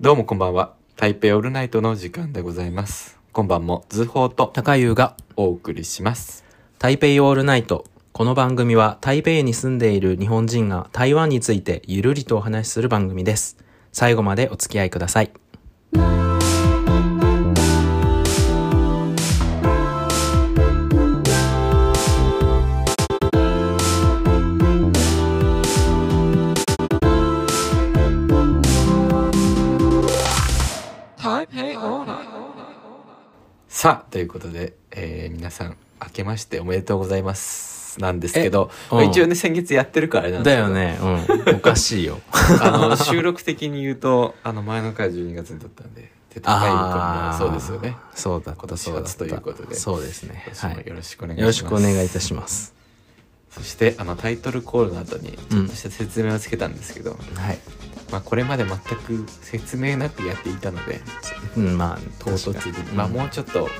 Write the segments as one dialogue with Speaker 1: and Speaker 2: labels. Speaker 1: どうもこんばんは。台北オールナイトの時間でございます。今晩も図報と
Speaker 2: 高優が
Speaker 1: お送りします。
Speaker 2: 台北オールナイト。この番組は台北に住んでいる日本人が台湾についてゆるりとお話しする番組です。最後までお付き合いください。
Speaker 1: さあ、ということで、えー皆さん、明けましておめでとうございます。なんですけど、
Speaker 2: え
Speaker 1: まあ
Speaker 2: うん
Speaker 1: 一応ね、先月やってるからあれなんです
Speaker 2: だ
Speaker 1: けど
Speaker 2: よ。ね。うん。おかし いよ。
Speaker 1: あの、収録的に言うと、あの、前の回12月に撮ったんで、手高い
Speaker 2: ああ。
Speaker 1: そうですよね。。
Speaker 2: そうだっ
Speaker 1: 今
Speaker 2: た。
Speaker 1: 年
Speaker 2: そうだった。
Speaker 1: 初ということで
Speaker 2: そうですね。
Speaker 1: 私
Speaker 2: は
Speaker 1: も
Speaker 2: い。
Speaker 1: よろしくお願いします。
Speaker 2: よろしくお願いいたします。
Speaker 1: そして、あの、タイトルコールの後に、ちょっとした説明をつけたんですけど、
Speaker 2: はい。
Speaker 1: まあ、これまで全く説明なくやっていたので、
Speaker 2: うん、まあ、
Speaker 1: 唐突に、
Speaker 2: うん
Speaker 1: まあもうちょっと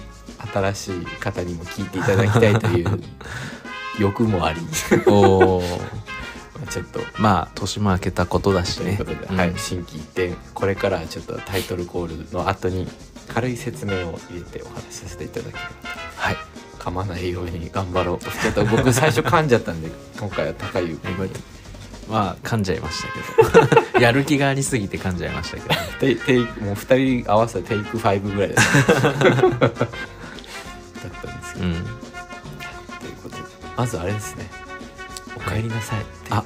Speaker 1: 新しい方にも聞いていただきたいという欲も あり
Speaker 2: おー
Speaker 1: まあちょっと
Speaker 2: まあ、年も明けたことだし
Speaker 1: という
Speaker 2: ね
Speaker 1: ことで、。
Speaker 2: うん
Speaker 1: はい、心機一転これからはちょっとタイトルコールの後に軽い説明を入れてお話しさせていただけれ
Speaker 2: はい。
Speaker 1: ば噛まないように頑張ろうちょっと僕最初噛んじゃ ったんで今回は高湯君に
Speaker 2: まあ、噛んじゃいましたけ ど。やる気がありすぎて噛んじゃいましたけど。
Speaker 1: テイテイクもう2人合わせてテイク5ぐらいだった だったんですけど、
Speaker 2: う
Speaker 1: という
Speaker 2: ん。
Speaker 1: ことでまずあれですね「おかえりなさい」っていう
Speaker 2: あ、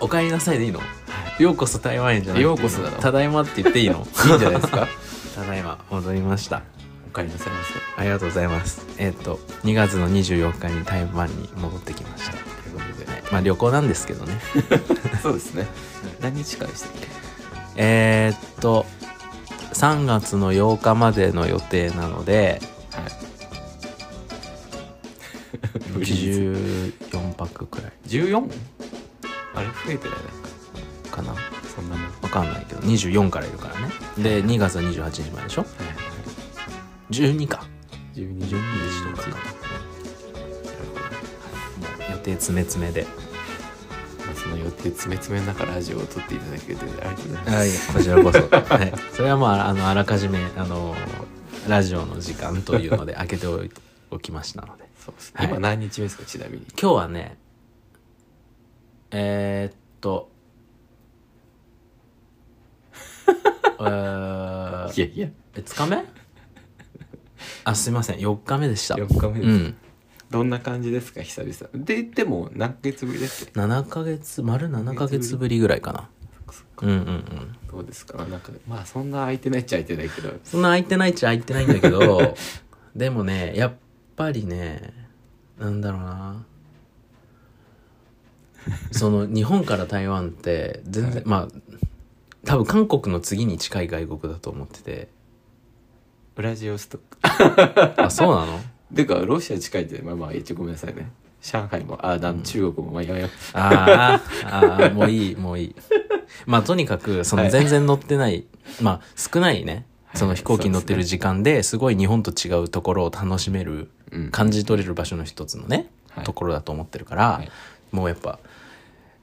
Speaker 2: お帰りなさいでいいの
Speaker 1: はい
Speaker 2: ようこそ台湾へじゃなくていいの
Speaker 1: ようこそだろ
Speaker 2: ただいまって言っていいの
Speaker 1: いいんじゃないですか。
Speaker 2: ただいま戻りました
Speaker 1: おかえりなさいませ。
Speaker 2: ありがとうございますえっ、と2月の24日に台湾に戻ってきました、
Speaker 1: ということで、
Speaker 2: はいまあ旅行なんですけどね
Speaker 1: そうですね。何日間でしたっけ。
Speaker 2: えーっと3月の8日までの予定なので
Speaker 1: 十
Speaker 2: 14泊くらい
Speaker 1: 十四。あれ増えてないなんか
Speaker 2: かな
Speaker 1: そんなもん。はい。
Speaker 2: わかんないけど24からいるからねで2月28日まででしょ12か
Speaker 1: 十二十二日とか。
Speaker 2: 予定詰め詰めで
Speaker 1: まあその予定詰め詰めの中ラジオを撮っていただけてありがとうございます。
Speaker 2: はい、こちらこそ。はい、それはまあ、あの、あらかじめ、あの、ラジオの時間という ので、開けておいておきましたので。
Speaker 1: そうです
Speaker 2: は
Speaker 1: ね。
Speaker 2: い
Speaker 1: 今何日目ですかちなみに。
Speaker 2: 今日はね、えー、っと、えー、
Speaker 1: いやいや。
Speaker 2: え5日目あ、すいません、4日目でした。
Speaker 1: 四日目です。
Speaker 2: うん。
Speaker 1: どんな感じですか久々。で言っても何ヶ月ぶりですっけ。
Speaker 2: 7ヶ月、丸7ヶ月ぶりぐらいかな。うんうんうん。
Speaker 1: どうですか。なんかまあそんな空いてないっちゃ空いてないけど。
Speaker 2: そんな空いてないっちゃ空いてないんだけど、でもね、やっぱりね、なんだろうな。その日本から台湾って全然、
Speaker 1: はい
Speaker 2: まあ多分韓国の次に近い外国だと思ってて
Speaker 1: ウラジオストク。
Speaker 2: あそうなの
Speaker 1: てかロシア近いってまあまあ一応ごめんなさいね上海もあなん中国もまあやめよう
Speaker 2: あーあーもういいもういいまあとにかくそ
Speaker 1: は
Speaker 2: の
Speaker 1: い
Speaker 2: 全然乗ってない、まあ少ないね
Speaker 1: はい
Speaker 2: その飛行機に乗ってる時間ですごい日本と違うところを楽しめる
Speaker 1: うん
Speaker 2: 感じ取れる場所の一つのね、
Speaker 1: はい
Speaker 2: ところだと思ってるから、
Speaker 1: はい
Speaker 2: もうやっぱ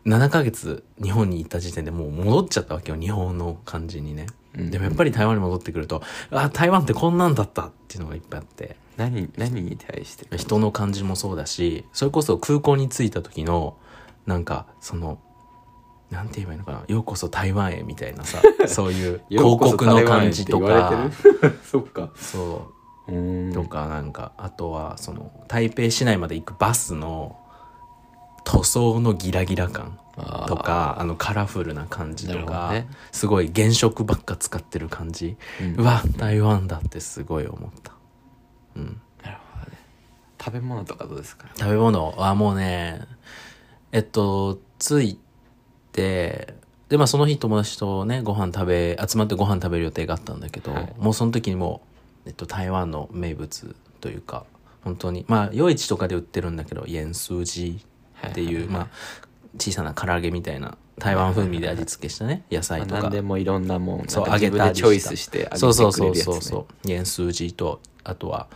Speaker 2: 7ヶ月日本に行った時点でもう戻っちゃったわけよ日本の感じにね、
Speaker 1: うん
Speaker 2: でもやっぱり台湾に戻ってくるとあ台湾ってこんなんだったっていうのがいっぱいあって
Speaker 1: 何何に対して
Speaker 2: 人の感じもそうだしそれこそ空港に着いた時のなんかそのなんて言えばいいのかな「ようこそ台湾へ」みたい なさそういう広告の感じとか
Speaker 1: ようこそ台湾へって言われてる そっか
Speaker 2: そう
Speaker 1: うーん
Speaker 2: とかなんかあとはその台北市内まで行くバスの塗装のギラギラ感
Speaker 1: あー
Speaker 2: とかあのカラフルな感じと
Speaker 1: な
Speaker 2: か、
Speaker 1: るほどね
Speaker 2: すごい原色ばっか使ってる感じ、
Speaker 1: うん
Speaker 2: うわ台湾だってすごい思った、うん、
Speaker 1: なるほどね食べ物とかどうですか
Speaker 2: 食べ物はもうねえっと着いてでまあその日友達とねご飯食べ集まってご飯食べる予定があったんだけど、
Speaker 1: はい
Speaker 2: もうその時にもう、えっと、台湾の名物というか本当にまあ夜市とかで売ってるんだけど盐数字っていう、まあ小さな唐揚げみたいな台湾風味で味付けしたね野
Speaker 1: あ
Speaker 2: 菜とか
Speaker 1: 何でもいろんなもん
Speaker 2: そう
Speaker 1: なんか
Speaker 2: 揚げた
Speaker 1: 自分でチョイスしてあげて
Speaker 2: そうそう
Speaker 1: く
Speaker 2: そ
Speaker 1: れ
Speaker 2: う
Speaker 1: るやつ
Speaker 2: そう
Speaker 1: ね
Speaker 2: そう塩数字とあとは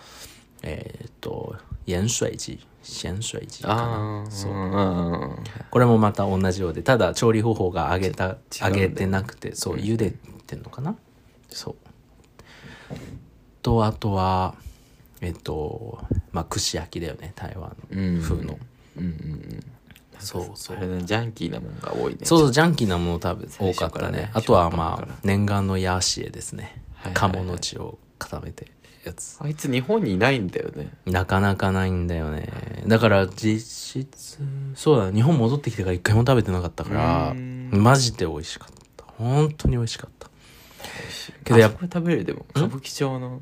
Speaker 2: えーっと塩水字塩水字かな
Speaker 1: ああそううん
Speaker 2: これもまた同じようでただ調理方法が揚げた
Speaker 1: ち違う
Speaker 2: 揚
Speaker 1: んだよ
Speaker 2: げてなくてそう茹でてんのかなそうとあとはえっとまあ串焼きだよね台湾
Speaker 1: うん
Speaker 2: 風の、
Speaker 1: うんうんうん
Speaker 2: そうそう
Speaker 1: あれねジャンキーなもんが多いね
Speaker 2: そうそうジャンキーなもの多分
Speaker 1: 最
Speaker 2: 多
Speaker 1: 初
Speaker 2: かった
Speaker 1: から
Speaker 2: ね
Speaker 1: ね
Speaker 2: あとは
Speaker 1: 初っ
Speaker 2: ま
Speaker 1: 端
Speaker 2: あ
Speaker 1: か
Speaker 2: 念願のヤーシエですね、
Speaker 1: はいはいはい
Speaker 2: 鴨の血を固めてやつ
Speaker 1: あいつ日本にいないんだよね
Speaker 2: なかなかないんだよねだから実質そうだ日本戻ってきてから一回も食べてなかったから
Speaker 1: うん
Speaker 2: マジで美味しかった本当に美味しかった
Speaker 1: け
Speaker 2: け
Speaker 1: どや
Speaker 2: どや
Speaker 1: っ
Speaker 2: っ
Speaker 1: ぱ食べるでも歌舞伎町の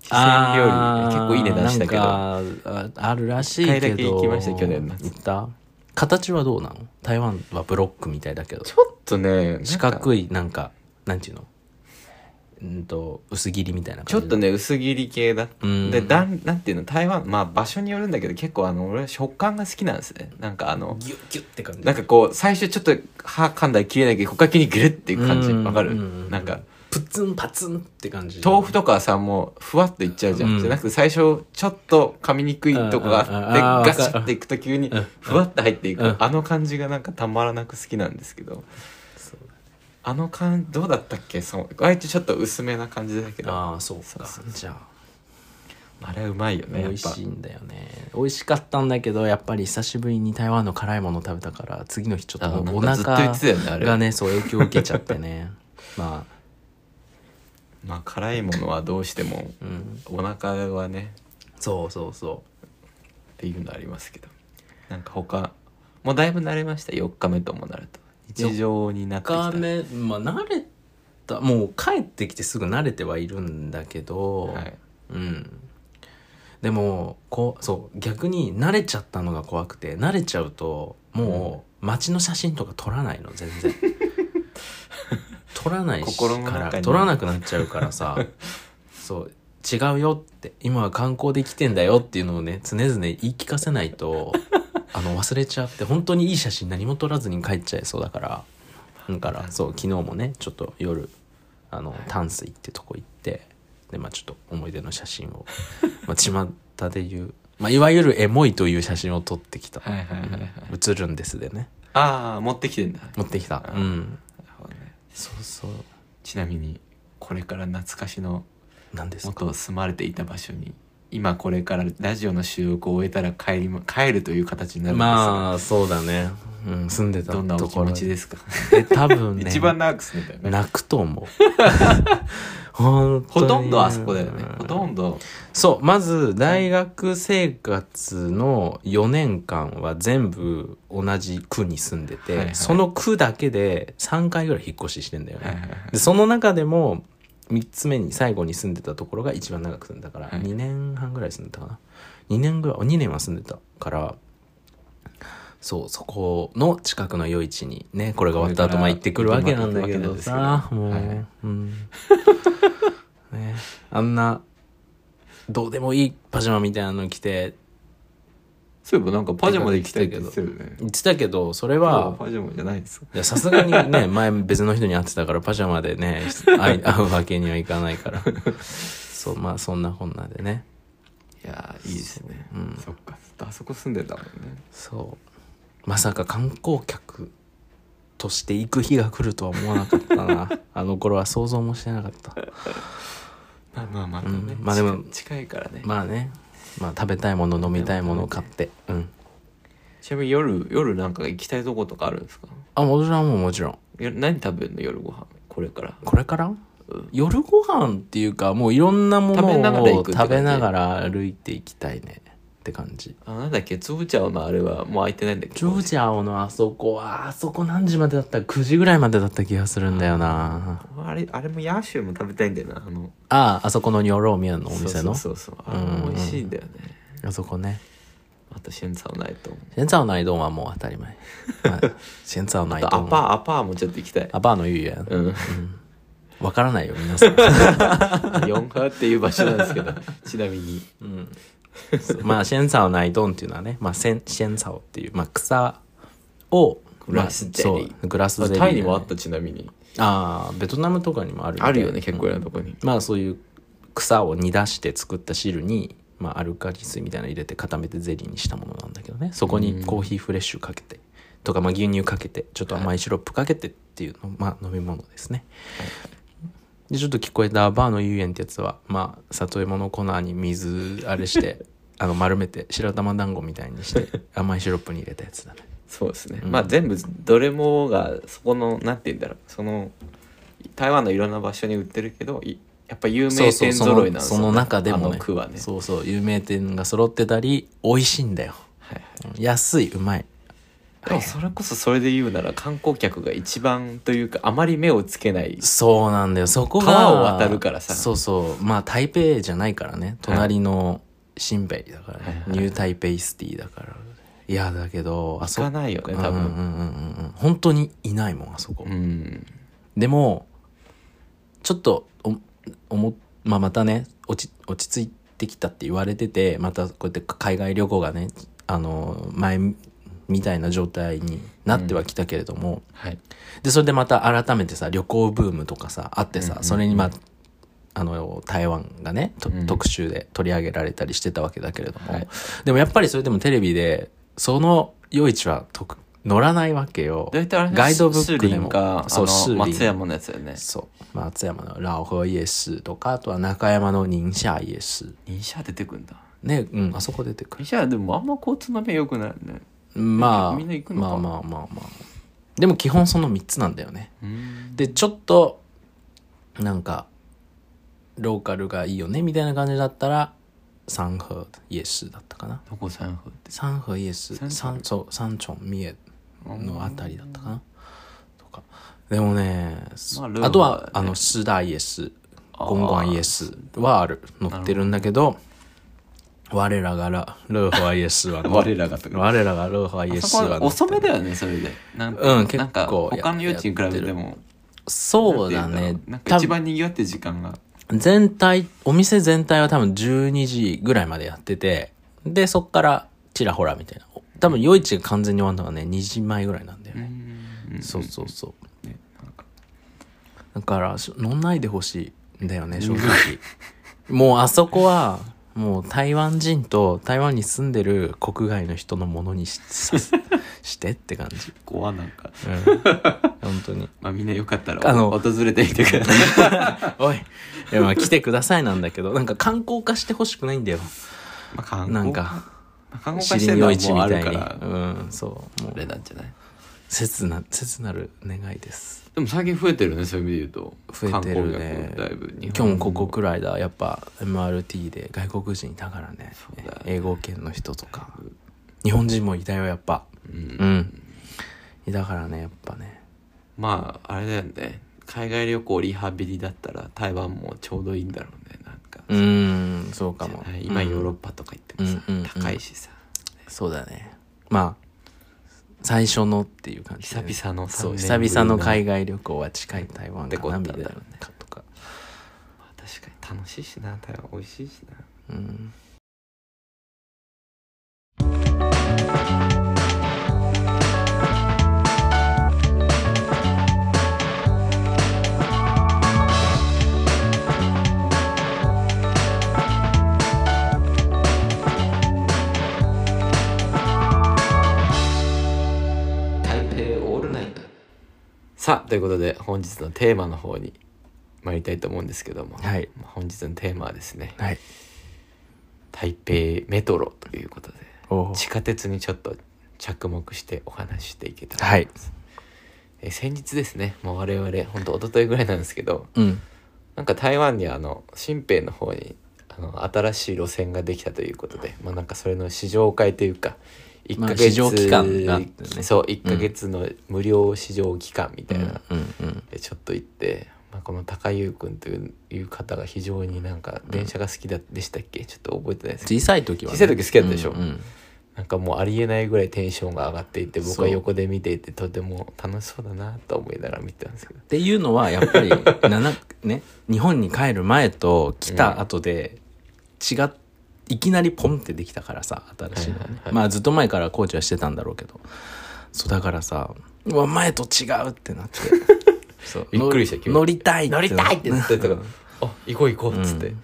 Speaker 1: 四川料理
Speaker 2: あ
Speaker 1: 結
Speaker 2: ー
Speaker 1: 構いい値段したけど
Speaker 2: なんかああるらしいけど
Speaker 1: 一回だけ行きました去年の夏
Speaker 2: 行った形はどうなの台湾はブロックみたいだけど
Speaker 1: ちょっとね
Speaker 2: 四角いなんかなんていうのうんと薄切りみたいな感じ
Speaker 1: ちょっとね薄切り系だ
Speaker 2: うん
Speaker 1: でだんなんていうの台湾まあ場所によるんだけど結構あの俺は食感が好きなんですねなんかあの
Speaker 2: ギュッギュッって感じ
Speaker 1: なんかこう最初ちょっと歯噛んだり切れないけどここから急にグレっていく感じ
Speaker 2: うん
Speaker 1: わかる
Speaker 2: うんうんうん
Speaker 1: なんか
Speaker 2: プツンパツンって感じ
Speaker 1: 豆腐とかはさもうふわっといっちゃうじゃん、
Speaker 2: うん
Speaker 1: じゃなくて最初ちょっと噛みにくいとこがあって
Speaker 2: うんうんうんあー
Speaker 1: ガシャっていくと急に
Speaker 2: うんうん
Speaker 1: ふわっと入っていく
Speaker 2: うん
Speaker 1: あの感じがなんかたまらなく好きなんですけど
Speaker 2: そうだね
Speaker 1: あの感どうだったっけそう割とちょっと薄めな感じだけどあ
Speaker 2: ああそうか
Speaker 1: そうそう
Speaker 2: じゃあ
Speaker 1: れうまいよね
Speaker 2: 美
Speaker 1: やっ
Speaker 2: 味
Speaker 1: ぱ
Speaker 2: しいんだよね美味しかったんだけどやっぱり久しぶりに台湾の辛いもの食べたから次の日ちょっともうお
Speaker 1: あなんかずっと言
Speaker 2: 腹
Speaker 1: ってたよねあれ
Speaker 2: がねそう影響を受けちゃってね まあ
Speaker 1: まあ辛いものはどうしても
Speaker 2: うん
Speaker 1: お腹はね
Speaker 2: そうそうそ
Speaker 1: っていうのありますけどなんか他もうだいぶ慣れました4日目ともなると日常になっ
Speaker 2: う
Speaker 1: てきた
Speaker 2: 2日目まあ慣れたもう帰ってきてすぐ慣れてはいるんだけど、
Speaker 1: はい
Speaker 2: うんでもこうそう逆に慣れちゃったのが怖くて慣れちゃうともう街の写真とか撮らないの全 然撮らないし
Speaker 1: 心の
Speaker 2: か
Speaker 1: 中
Speaker 2: ら
Speaker 1: に
Speaker 2: 撮らなくなっちゃうからさそう違うよって今は観光で来てんだよっていうのをね常々言い聞かせないとあの忘れちゃって本当にいい写真何も撮らずに帰っちゃいそうだからだからそう昨日もねちょっと夜あの淡水ってとこ行ってでまあちょっと思い出の写真を まあ巷で言う、まあ、いわゆるエモいという写真を撮ってきた
Speaker 1: はいはいはいはい
Speaker 2: 写るんです」でね
Speaker 1: ああ持ってきてんだなる
Speaker 2: 持ってきた
Speaker 1: あ
Speaker 2: うん
Speaker 1: ほどね
Speaker 2: そうそう
Speaker 1: ちなみにこれから懐かしの
Speaker 2: なんですか
Speaker 1: 元住まれていた場所に今これからラジオの収録を終えたら帰りま帰るという形になるんですが、
Speaker 2: まあそうだね、うん、住んでた
Speaker 1: どんなお
Speaker 2: と
Speaker 1: 気
Speaker 2: ころ
Speaker 1: 持ちですか、
Speaker 2: え多分ね
Speaker 1: 一番長く住んでたよね
Speaker 2: 泣くと 思う本当
Speaker 1: ほ
Speaker 2: に
Speaker 1: とんどあそこだよねほとんど
Speaker 2: そうまず大学生活の4年間は全部同じ区に住んでて、
Speaker 1: はいはい
Speaker 2: その区だけで3回ぐらい引っ越ししてんだよね、
Speaker 1: はいはいはい
Speaker 2: でその中でも3つ目に最後に住んでたところが一番長く住んでたから、
Speaker 1: はい
Speaker 2: 2年半ぐらい住んでたかな2年ぐらい2年は住んでたからそうそこの近くの夜市にねこれが終わった後
Speaker 1: こ
Speaker 2: まあ
Speaker 1: れから
Speaker 2: 行ってくるわけなんだけどさ
Speaker 1: 行っても
Speaker 2: もう、
Speaker 1: らってるわけなんです
Speaker 2: うん、 ねあんなどうでもいいパジャマみたいなの着て
Speaker 1: そういえばなんかパジャマで行きたいって言ってたよね
Speaker 2: 言ってたけどそれ
Speaker 1: 今日は
Speaker 2: は
Speaker 1: パジャマじゃないですか
Speaker 2: いやさすがに ね前別の人に会ってたからパジャマでね会い 会うわけにはいかないからそうまあそんなこんなでね
Speaker 1: いやーいいですね、
Speaker 2: うん
Speaker 1: そっかあそこ住んでたもんね
Speaker 2: そうまさか観光客として行く日が来るとは思わなかった なあの頃は想像もしてなかった
Speaker 1: まあまあまたね、
Speaker 2: うんまあでも
Speaker 1: 近近いからね、
Speaker 2: まあねまあ食べたいもの飲みたいものを買ってうん
Speaker 1: ちなみに夜夜なんか行きたいとことかあるんですか
Speaker 2: あもちろんもうもちろん
Speaker 1: よ何食べるの夜ご飯これから
Speaker 2: これから、夜ご飯っていうかもういろんなもの
Speaker 1: 食べながら行
Speaker 2: を
Speaker 1: くって感
Speaker 2: 食
Speaker 1: じ
Speaker 2: べながら歩いていきたいねって感じ
Speaker 1: あなんだっけつぶちゃうのあれはもう開いてないんだっけ
Speaker 2: ジョージアのあそこはあそこ何時までだった9時ぐらいまでだった気がするんだよな
Speaker 1: あれあれもヤーシューも食べたいんだよなあの
Speaker 2: あああそこのニョローミアンのお店の
Speaker 1: そうそうそうそうあれも美味しいんだよね
Speaker 2: あそこね
Speaker 1: あとシェンサーないと
Speaker 2: 现在の移動はもう当た り前まあ现在の移
Speaker 1: あとア
Speaker 2: 動
Speaker 1: パーアパーもちょっと行きたい
Speaker 2: アパーの言うやん
Speaker 1: うん
Speaker 2: わからないよ皆さん、
Speaker 1: ヨンハっていう場所なんですけどちなみに
Speaker 2: うん、まあ現在の内動っていうのはね、まあ、センシェンサオっていう、まあ、草を
Speaker 1: グラスゼリー
Speaker 2: まあそうグラスゼリー、
Speaker 1: タイにもあったちなみに
Speaker 2: ああベトナムとかにもあるみたい
Speaker 1: あるよね結構いろんなとこに
Speaker 2: まあそういう草を煮出して作った汁に、まあ、アルカリ水みたいなの入れて固めてゼリーにしたものなんだけどねそこにコーヒーフレッシュかけてとか、まあ、牛乳かけてちょっと甘いシロップかけてっていうの、まあ飲み物ですね、でちょっと聞こえたバーの遊園ってやつはまあ里芋の粉に水あれして あの丸めて白玉団子みたいにして甘いシロップに入れたやつだね
Speaker 1: そうですね、
Speaker 2: うん
Speaker 1: まあ全部どれもがそこのなんて言うんだろうその台湾のいろんな場所に売ってるけどいやっぱ有名店
Speaker 2: その
Speaker 1: 揃いなんですよ
Speaker 2: その中で
Speaker 1: あ
Speaker 2: も
Speaker 1: の
Speaker 2: ね
Speaker 1: 区はね
Speaker 2: そうそう有名店が揃ってたり美味しいんだよ
Speaker 1: はいはい
Speaker 2: 安いうまい
Speaker 1: でもそれこそそれで言うなら観光客が一番というかあまり目をつけない
Speaker 2: そうなんだよそこが
Speaker 1: 川を渡るからさ
Speaker 2: そうそうまあ台北じゃないからね隣の新北だから、ね
Speaker 1: はいはい
Speaker 2: ニュー台北シティだからいやだけどあ
Speaker 1: つかないよね多分
Speaker 2: うんうんうんうん本当にいないもんあそこ、
Speaker 1: うん、
Speaker 2: でもちょっとおおも、まあ、またね落ち落ち着いてきたって言われててまたこうやって海外旅行がねあの前みたいな状態になってはきたけれども、
Speaker 1: はい
Speaker 2: でそれでまた改めてさ旅行ブームとかさあってさ、
Speaker 1: うんうん
Speaker 2: それにまああの台湾がね、と
Speaker 1: うん
Speaker 2: 特集で取り上げられたりしてたわけだけれども、
Speaker 1: はい
Speaker 2: でもやっぱりそれでもテレビでその夜市はとく乗らないわけよ
Speaker 1: 大体あれ
Speaker 2: ガイドブックで
Speaker 1: スーリ
Speaker 2: も
Speaker 1: ンか
Speaker 2: そう
Speaker 1: あ
Speaker 2: スーリ
Speaker 1: の
Speaker 2: ン
Speaker 1: 松山のやつだよね
Speaker 2: そう松山のラオホイエスとかあとは中山の寧夏イエス
Speaker 1: インシャ出てくんだ
Speaker 2: ねうんあそこ出てく
Speaker 1: イ
Speaker 2: る
Speaker 1: ンシャでもあんま交通の便良くないよね
Speaker 2: まあ
Speaker 1: みんな行くの
Speaker 2: ま
Speaker 1: か
Speaker 2: あまあまあまあでも基本その3つなんだよね
Speaker 1: うん
Speaker 2: でちょっとなんかローカルがいいよねみたいな感じだったら三和イエスだったかな
Speaker 1: どこ三風って
Speaker 2: 三和イエス
Speaker 1: 三重
Speaker 2: 三そう三重三重のあたりだったかなとかでもね、
Speaker 1: まあ
Speaker 2: あ
Speaker 1: ルールはね
Speaker 2: とはあのスーダイエス
Speaker 1: あー
Speaker 2: ゴンゴンイエスはある乗ってるんだけど我らがラルーホアイエスは
Speaker 1: 我らがとか
Speaker 2: 我らがルーホアイエス
Speaker 1: そこ
Speaker 2: は
Speaker 1: は遅めだよねそれでなんか,、
Speaker 2: うん結構
Speaker 1: なんか他の夜市に比べても
Speaker 2: そうだね
Speaker 1: なんていうんだろうなんか一番にぎわってる時間が
Speaker 2: 全体お店全体は多分12時ぐらいまでやっててでそっからちらほらみたいな多分夜市が完全に終わるのがね2時前ぐらいなんだよ
Speaker 1: う
Speaker 2: ね、
Speaker 1: ん
Speaker 2: そうそうそう
Speaker 1: ねなんか
Speaker 2: だからし飲んないでほしいんだよね正直 もうあそこはもう台湾人と台湾に住んでる国外の人のものにしさ してって感じ、
Speaker 1: こはなんか、
Speaker 2: うん、本当に
Speaker 1: まあ、みんなよかったら
Speaker 2: あの
Speaker 1: お訪れてみてください
Speaker 2: おいいやまあ来てくださいなんだけどなんか観光化してほしくないんだよ
Speaker 1: まあ観
Speaker 2: な
Speaker 1: 光
Speaker 2: ん
Speaker 1: ま
Speaker 2: か
Speaker 1: あ観光化
Speaker 2: 知
Speaker 1: してる
Speaker 2: り
Speaker 1: の
Speaker 2: よ
Speaker 1: は
Speaker 2: 市
Speaker 1: もう
Speaker 2: み
Speaker 1: あ
Speaker 2: た
Speaker 1: る
Speaker 2: い
Speaker 1: か
Speaker 2: に
Speaker 1: ら
Speaker 2: うんそうも
Speaker 1: あれ
Speaker 2: う
Speaker 1: なんじゃない
Speaker 2: 切な切なる願いです
Speaker 1: でも最近増えてるねそういう意味で言うと
Speaker 2: 増えてるね
Speaker 1: 観光客だいぶ日
Speaker 2: 今日
Speaker 1: 本
Speaker 2: もここくらいだやっぱ MRT で外国人いたからね
Speaker 1: そうだよね
Speaker 2: 英語圏の人とか日本人もいたよやっぱ
Speaker 1: うん
Speaker 2: うんいたからねやっぱね
Speaker 1: まああれだよね海外旅行リハビリだったら台湾もちょうどいいんだろうねなんか、
Speaker 2: うーんそうかも
Speaker 1: はい今ヨーロッ
Speaker 2: ッ
Speaker 1: パとか行ってもさ、
Speaker 2: うんうんうん
Speaker 1: 高いしさ
Speaker 2: パそうだねまあ最初のっていう感じでね、
Speaker 1: 久々の
Speaker 2: そ
Speaker 1: 3
Speaker 2: う
Speaker 1: 年
Speaker 2: 久々の海
Speaker 1: 外
Speaker 2: 外旅行は近い台
Speaker 1: っ
Speaker 2: 湾かなみたいな
Speaker 1: てことなんだろうね
Speaker 2: とか
Speaker 1: 確かに楽しいしな台湾美味しいしな
Speaker 2: うん
Speaker 1: 台北オールナイトさあということで本日のテーマの方に参りたいと思うんですけども、
Speaker 2: はい
Speaker 1: まあ本日のテーマはですね
Speaker 2: はい
Speaker 1: 台北メトロということで
Speaker 2: お
Speaker 1: 地下鉄にちょっと着目してお話ししていけたら
Speaker 2: はい
Speaker 1: えー先日ですねもう我々ほんと一昨日ぐらいなんですけど
Speaker 2: うん
Speaker 1: なんか台湾にあの新兵の方にあの新しい路線ができたということでまあなんかそれの試乗会というか1
Speaker 2: まあ
Speaker 1: ヶ月、
Speaker 2: 試乗期間があってね
Speaker 1: そう1ヶ月の無料試乗期間みたいな、
Speaker 2: うんうん
Speaker 1: でちょっと行って、まあ、この高優君といういう方が非常になんか電車が好きだでしたっけちょっと覚えてないですけど
Speaker 2: 小さい時は、
Speaker 1: 小さい時好きだったでしょ
Speaker 2: うんうん
Speaker 1: なんかもうありえないぐらいテンションが上がっていて僕
Speaker 2: そ
Speaker 1: は
Speaker 2: う
Speaker 1: 横で見ていてとても楽しそうだなと思いながら見てたん ですけど
Speaker 2: っていうのはやっ ぱりななね日本に帰る前と来た後で違っいきなりポンってできたからさ新しいのが
Speaker 1: はい
Speaker 2: ね
Speaker 1: はいはい
Speaker 2: まあずっと前からコーチはしてたんだろうけどそうだからさうわ前と違うってなって そう
Speaker 1: びっくりした急に
Speaker 2: 乗りたい
Speaker 1: 乗り たいって
Speaker 2: な
Speaker 1: ずっと言ってた
Speaker 2: う
Speaker 1: か
Speaker 2: ん
Speaker 1: ら「あ行こう行こう」っつって、
Speaker 2: うん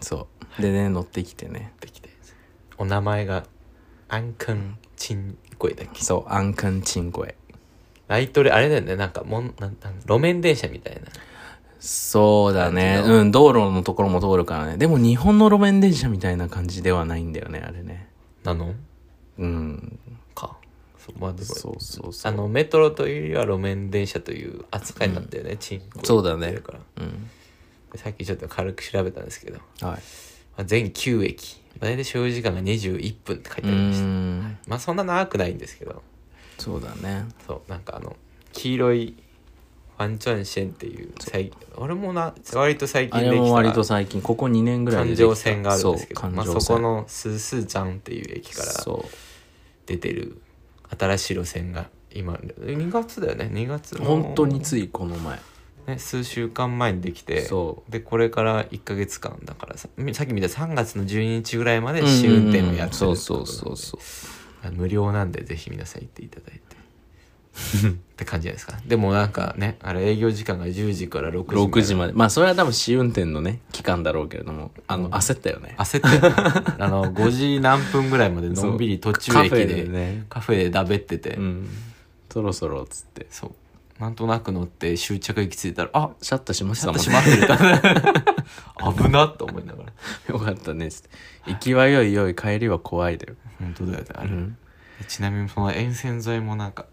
Speaker 2: そうでね乗ってきてね
Speaker 1: ってきてお名前がアンカンチン声だっけ
Speaker 2: そうアンカンチンコエ
Speaker 1: ライトレあれだよねなんかもんなんなん路面電車みたいな
Speaker 2: そうだね。
Speaker 1: 感じの
Speaker 2: うん、道路のところも通るからね。でも日本の路面電車みたいな感じではないんだよね、あれね。
Speaker 1: なの
Speaker 2: うん。
Speaker 1: かそうまあでも
Speaker 2: そうそうそう。
Speaker 1: あのメトロというよりは路面電車という扱いになったよね、チンコ
Speaker 2: そうだね
Speaker 1: ってるから
Speaker 2: うん。
Speaker 1: でさっきちょっと軽く調べたんですけど、ま
Speaker 2: はい。
Speaker 1: あ、全9駅まあ大体所要時間が21分って書いうてありました
Speaker 2: ーん。
Speaker 1: まあそんな長くないんですけど
Speaker 2: そうだね。
Speaker 1: そうなんかあの黄色いファンチョンシェンっていう最俺もな割と最
Speaker 2: あ
Speaker 1: 近で
Speaker 2: れ
Speaker 1: き
Speaker 2: も割
Speaker 1: た
Speaker 2: と最近、ここ2年ぐら
Speaker 1: 環
Speaker 2: いでできた
Speaker 1: 状線があるんですけど
Speaker 2: そう、
Speaker 1: ま
Speaker 2: 環
Speaker 1: あ、
Speaker 2: 状
Speaker 1: そ
Speaker 2: 線。
Speaker 1: このスースーちゃんっていう駅から
Speaker 2: そ
Speaker 1: 出てる新しい路線が今2月だよね2月
Speaker 2: う。
Speaker 1: の
Speaker 2: 本当についこの前。
Speaker 1: ね、数週間前にできて
Speaker 2: そう
Speaker 1: でこれから1か月間だからささっき見た3月の12日ぐらいまで試運転をやってるってこと
Speaker 2: そ
Speaker 1: な
Speaker 2: うん
Speaker 1: で
Speaker 2: そうそうそう。
Speaker 1: 無料なんでぜひ皆さん行ってい ただいてって感じじゃないですかでもなんかねあれ営業時間が10時から6時
Speaker 2: 6時
Speaker 1: ま
Speaker 2: まで。まあ、それは多分試運転のね、期間だろうけれども、あの、焦ったよね
Speaker 1: で。焦ってるあ の5時何分ぐらいまでのんびり途中駅で
Speaker 2: カフェでね
Speaker 1: カフェでだべってて、
Speaker 2: うん。そろそろっつって。
Speaker 1: そうなんとなく乗って終着駅着いたらあ
Speaker 2: シャッターしまし
Speaker 1: ち
Speaker 2: た
Speaker 1: ょっ
Speaker 2: もん
Speaker 1: と
Speaker 2: ね。
Speaker 1: 閉まってる 危なっと思いながら
Speaker 2: よかったねっつって行きは良い良い帰りは怖いだよ、
Speaker 1: 本当だよねあ
Speaker 2: う
Speaker 1: れ、
Speaker 2: ん、
Speaker 1: ちなみにその沿線沿いもなんか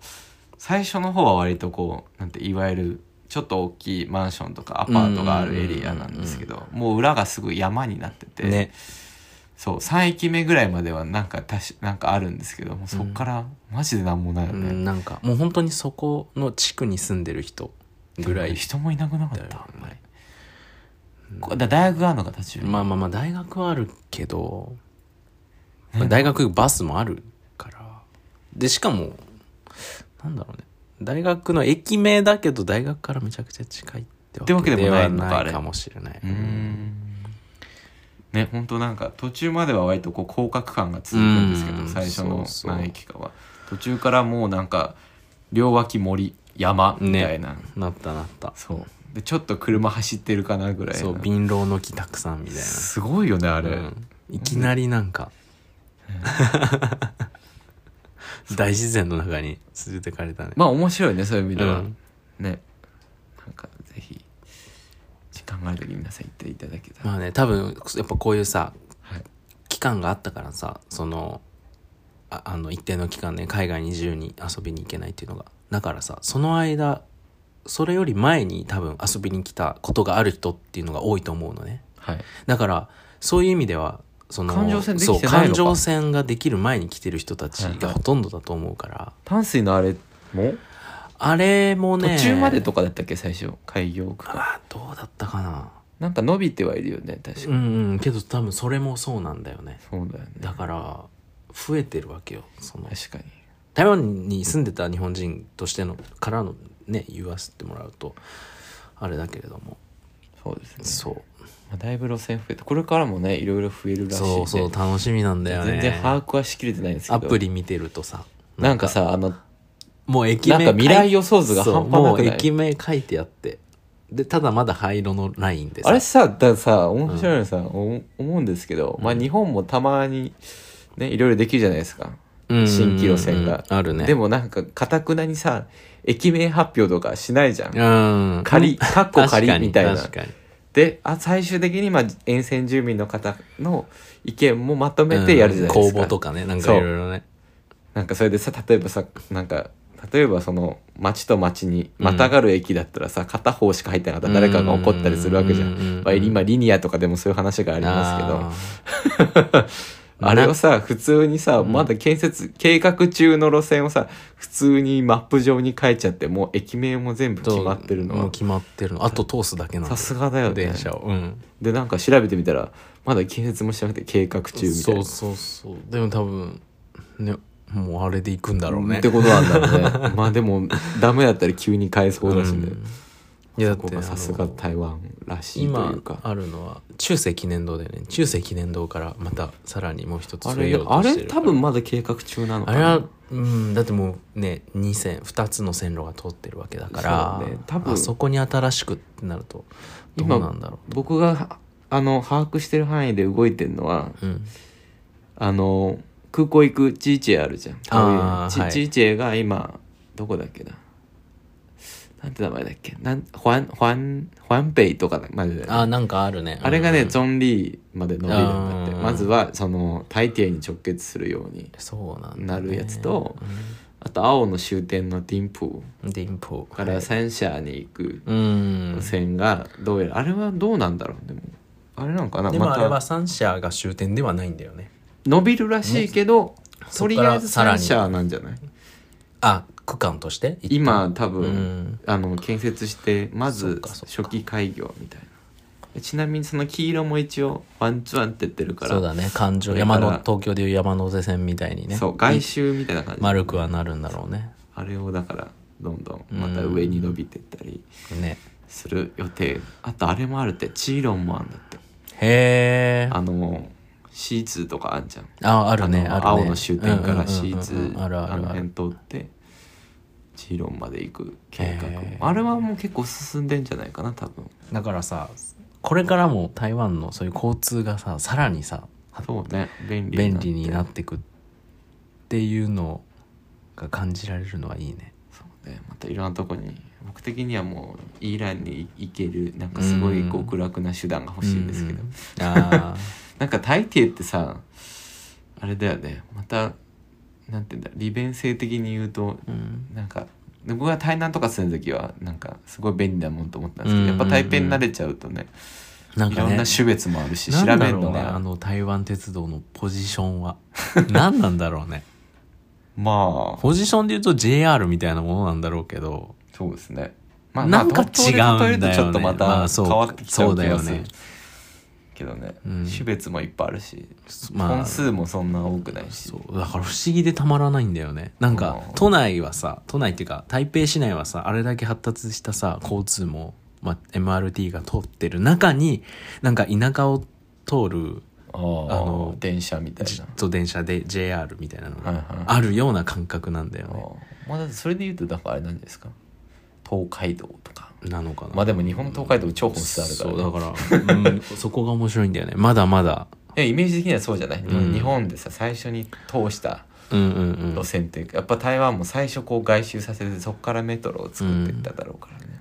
Speaker 1: 最初の方は割とこうなんていわゆるちょっと大きいマンションとかアパートがあるエリアなんですけどもう裏がすぐ山になってて、
Speaker 2: ね
Speaker 1: そう3駅目ぐらいまではなんかたしなんかあるんですけどもうそっからマジでなんもないよ
Speaker 2: う
Speaker 1: ね、
Speaker 2: ん、なんかもう本当にそこの地区に住んでる人ぐらい
Speaker 1: 人もいなくなかった、
Speaker 2: だよね
Speaker 1: あんまりこだ大学があるのが途中に、
Speaker 2: まあまあまあ大学はあるけど、まあ大学バスもあるからでしかもなんだろうね大学の駅名だけど大学からめちゃくちゃ近いってわけでは
Speaker 1: ってわけでもないのかあ
Speaker 2: な
Speaker 1: れ
Speaker 2: いかもしれないう
Speaker 1: ーんね本当なんか途中までは割とこう広角感が続くんですけ
Speaker 2: う
Speaker 1: ど
Speaker 2: ん
Speaker 1: 最初の
Speaker 2: そうそう
Speaker 1: 何駅かは途中からもうなんか両脇森山みたいな、
Speaker 2: なったなった
Speaker 1: そうでちょっと車走ってるかなぐらいな
Speaker 2: そう貧乏の木たくさんみたいな
Speaker 1: すごいよねあれ、
Speaker 2: うんいきなりなんか、大自然の中に連れてかれたね、
Speaker 1: まあ面白いねそういう意味では、
Speaker 2: うん
Speaker 1: ねなんかぜひ時間がある時皆さん行っていただけたら、
Speaker 2: まあね多分やっぱこういうさ
Speaker 1: はい、
Speaker 2: 期間があったからさそのああの一定の期間ね海外に自由に遊びに行けないっていうのがだからさその間それより前に多分遊びに来たことがある人っていうのが多いと思うのね
Speaker 1: はい、
Speaker 2: だからそういう意味ではその
Speaker 1: 環状線できてないのか
Speaker 2: そう環状線ができる前に来てる人たちがほとんどだと思うから、
Speaker 1: 淡水のあれも
Speaker 2: あれも
Speaker 1: 途
Speaker 2: ね
Speaker 1: 中までとかだったっけ最初開業区間
Speaker 2: あーどうだったかな
Speaker 1: なんか伸びてはいるよね確か、
Speaker 2: うんうんけど多分それもそうなんだよね
Speaker 1: そうだよね
Speaker 2: だから増えてるわけよその
Speaker 1: 確かに
Speaker 2: 台湾に住んでた日本人としてのからのね言わせてもらうとあれだけれども
Speaker 1: そうですね
Speaker 2: そう
Speaker 1: まあ、だいぶ路線増えてこれからもねいろいろ増えるらしいんで
Speaker 2: そうそう楽しみなんだよね
Speaker 1: 全然把握はしきれてないんですけど
Speaker 2: アプリ見てるとさ
Speaker 1: なんかさあの
Speaker 2: もう駅名
Speaker 1: なんか未来予想図が半端なくない
Speaker 2: そうもう駅名書いてあってでただまだ灰色のラインでさ
Speaker 1: あれさだからさ面白いのさ、お思うんですけど、まあ日本もたまにねいろいろできるじゃないですか
Speaker 2: うんうんうんうん
Speaker 1: 新規路線が
Speaker 2: あるね
Speaker 1: でもなんかかたくなにさ駅名発表とかしないじゃん、
Speaker 2: うん
Speaker 1: 仮かっこ
Speaker 2: 確か
Speaker 1: 仮
Speaker 2: に
Speaker 1: みたいな
Speaker 2: 確かに
Speaker 1: であ最終的にまあ沿線住民の方の意見もまとめてやるじゃないですか、
Speaker 2: うん公募とかねなんかいろいろね
Speaker 1: なんかそれでさ例えばさなんか例えばその町と町にまたがる駅だったらさ、片方しか入ってなかったら誰かが怒ったりするわけじゃん
Speaker 2: うんうんうんうん
Speaker 1: まあ、今リニアとかでもそういう話がありますけどあ
Speaker 2: ー
Speaker 1: れをさ普通にさまだ建設、計画中の路線をさ普通にマップ上に書いちゃってもう駅名も全部決まってるの
Speaker 2: もう
Speaker 1: は
Speaker 2: 決まってるのあと通すだけなの
Speaker 1: さすがだよね
Speaker 2: 電車をうん
Speaker 1: でなんか調べてみたらまだ建設もしてなくて計画中みたい
Speaker 2: そ
Speaker 1: な
Speaker 2: うそうそうでも多分ねもうあれで行くんだろうね
Speaker 1: ってことなんだろうねまあでもダメだったら急に変えそうだしね、
Speaker 2: うんいやだっ
Speaker 1: ここ
Speaker 2: て
Speaker 1: がさす
Speaker 2: あ
Speaker 1: が
Speaker 2: の
Speaker 1: 台湾らしいとい
Speaker 2: 今
Speaker 1: うか
Speaker 2: あるのは中世記念堂でね中世記念堂からまたさらにもう一つ
Speaker 1: あ
Speaker 2: 増え
Speaker 1: れ
Speaker 2: よう
Speaker 1: あ
Speaker 2: とし
Speaker 1: れ
Speaker 2: てるか
Speaker 1: 多
Speaker 2: ら
Speaker 1: 分まだ計画中なのか
Speaker 2: あれ
Speaker 1: な
Speaker 2: はうんだってもうね2線2つの線路が通ってるわけだから
Speaker 1: そうね多分
Speaker 2: あそこに新しくってなるとどう
Speaker 1: 今
Speaker 2: なんだろ
Speaker 1: 僕があの把握してる範囲で動いてるのは
Speaker 2: ううん
Speaker 1: あの空港行くチーチェあるじゃん
Speaker 2: あー
Speaker 1: チ
Speaker 2: はい
Speaker 1: チーチェが今どこだっけななんて名前だっけなんホワンホワンホワンペイとかまでだよね
Speaker 2: あなんかあるね
Speaker 1: あれがね、
Speaker 2: うん
Speaker 1: ジョン・リーまで伸びるんだって
Speaker 2: あー
Speaker 1: まずはその大抵に直結するように
Speaker 2: そうなんだね
Speaker 1: なるやつと、あと青の終点のディンプ
Speaker 2: うんディンポ
Speaker 1: ーからサンシャーに行く
Speaker 2: うん
Speaker 1: 線がどうやらあれはどうなんだろうでもあれなんかな
Speaker 2: でも
Speaker 1: ま
Speaker 2: あれは
Speaker 1: た
Speaker 2: 三社が終点ではないんだよね
Speaker 1: 伸びるらしいけど、
Speaker 2: そ
Speaker 1: と
Speaker 2: っ
Speaker 1: り
Speaker 2: か
Speaker 1: あえ
Speaker 2: ら
Speaker 1: ず
Speaker 2: さ
Speaker 1: サ
Speaker 2: ら
Speaker 1: ン
Speaker 2: に
Speaker 1: シャーなんじゃない
Speaker 2: あ区間として一旦
Speaker 1: 今多分、
Speaker 2: うん
Speaker 1: あの建設してま
Speaker 2: そっ
Speaker 1: ず
Speaker 2: かそっ
Speaker 1: 初期開業みたいなちなみにその黄色も一応ワンツワンって言ってるから
Speaker 2: そうだね環
Speaker 1: こ
Speaker 2: 状
Speaker 1: れか
Speaker 2: 山
Speaker 1: ら
Speaker 2: の東京でいう山手線みたいにね
Speaker 1: そう外周みたいな感じ
Speaker 2: 丸くはなるんだろうね
Speaker 1: あれをだからどんどんまた上に伸びてったり
Speaker 2: ね
Speaker 1: する予定、あとあれもあるってチーロンもあんだって
Speaker 2: へえ
Speaker 1: あの C2 とかあんじゃん
Speaker 2: ああるね
Speaker 1: の
Speaker 2: あるね
Speaker 1: 青の終点から
Speaker 2: うんうんうんうん
Speaker 1: C2
Speaker 2: あるあ
Speaker 1: あ
Speaker 2: る
Speaker 1: の
Speaker 2: ある
Speaker 1: 辺通ってチーロンまで行く計画も
Speaker 2: へー
Speaker 1: あれはもう結構進んでんじゃないかな多分
Speaker 2: だからさこれからも台湾のそういう交通がささらにさ
Speaker 1: そうね便利
Speaker 2: 便利
Speaker 1: な
Speaker 2: になってくっていうのが感じられるのはいいね
Speaker 1: そうねまたいろんなとこに僕的にはもうイーランに行けるなんかすごい
Speaker 2: うん
Speaker 1: 極楽な手段が欲しいんですけど、
Speaker 2: ううんあ
Speaker 1: なんかタイティってさあれだよねまたなんて言うんだ利便性的に言うと
Speaker 2: ー、うん
Speaker 1: なんか僕が台南とか住んだ時はなんかすごい便利なもんと思ったんですけ
Speaker 2: うん
Speaker 1: ど
Speaker 2: うん
Speaker 1: や
Speaker 2: う
Speaker 1: っぱ台
Speaker 2: ん
Speaker 1: 北に慣れちゃうとね
Speaker 2: なん
Speaker 1: い
Speaker 2: か
Speaker 1: ろん
Speaker 2: ね
Speaker 1: な種別もあるし
Speaker 2: な
Speaker 1: 調
Speaker 2: んだろう
Speaker 1: べるの
Speaker 2: ねあ
Speaker 1: が
Speaker 2: の台湾鉄道のポジシ ョンは何なんだろうね
Speaker 1: まあ
Speaker 2: ポジションで言うと JR みたいなものなんだろうけど
Speaker 1: そうですねまあ
Speaker 2: なんか違
Speaker 1: まあ東京
Speaker 2: う
Speaker 1: で例え
Speaker 2: ん
Speaker 1: ると
Speaker 2: だ
Speaker 1: ちょ
Speaker 2: よ
Speaker 1: っと
Speaker 2: ね
Speaker 1: ま
Speaker 2: ま
Speaker 1: た
Speaker 2: あそう
Speaker 1: 変わってきちゃう気が
Speaker 2: そう
Speaker 1: す
Speaker 2: だよ
Speaker 1: る
Speaker 2: ね
Speaker 1: けどね
Speaker 2: うん
Speaker 1: 種別もいっぱいあるし
Speaker 2: まあ
Speaker 1: 本数もそんな多くないし
Speaker 2: そうだから不思議でたまらないんだよねなんか
Speaker 1: うん
Speaker 2: 都内はさ都内っていうか台北市内はさあれだけ発達したさ交通も、まあ、MRT が通ってる中になんか田舎を通る
Speaker 1: あ
Speaker 2: の
Speaker 1: の電車みたい
Speaker 2: じ
Speaker 1: な
Speaker 2: と電車で JR みたいなの
Speaker 1: はいはい
Speaker 2: があるような感覚なんだよね、
Speaker 1: あーまあだってそれで言うとだからあれなんじゃないですか東海道とか
Speaker 2: なのかな
Speaker 1: まあでも日本東海道超本数あるから、ね
Speaker 2: そうだか ら、うん、そこが面白いんだよねまだまだ
Speaker 1: えイメージ的にはそうじゃない、
Speaker 2: うん
Speaker 1: 日本でさ最初に通した
Speaker 2: うんうんうん
Speaker 1: 路線ってやっぱ台湾も最初こう外周させてそこからメトロを作っていっただろうからね,ね、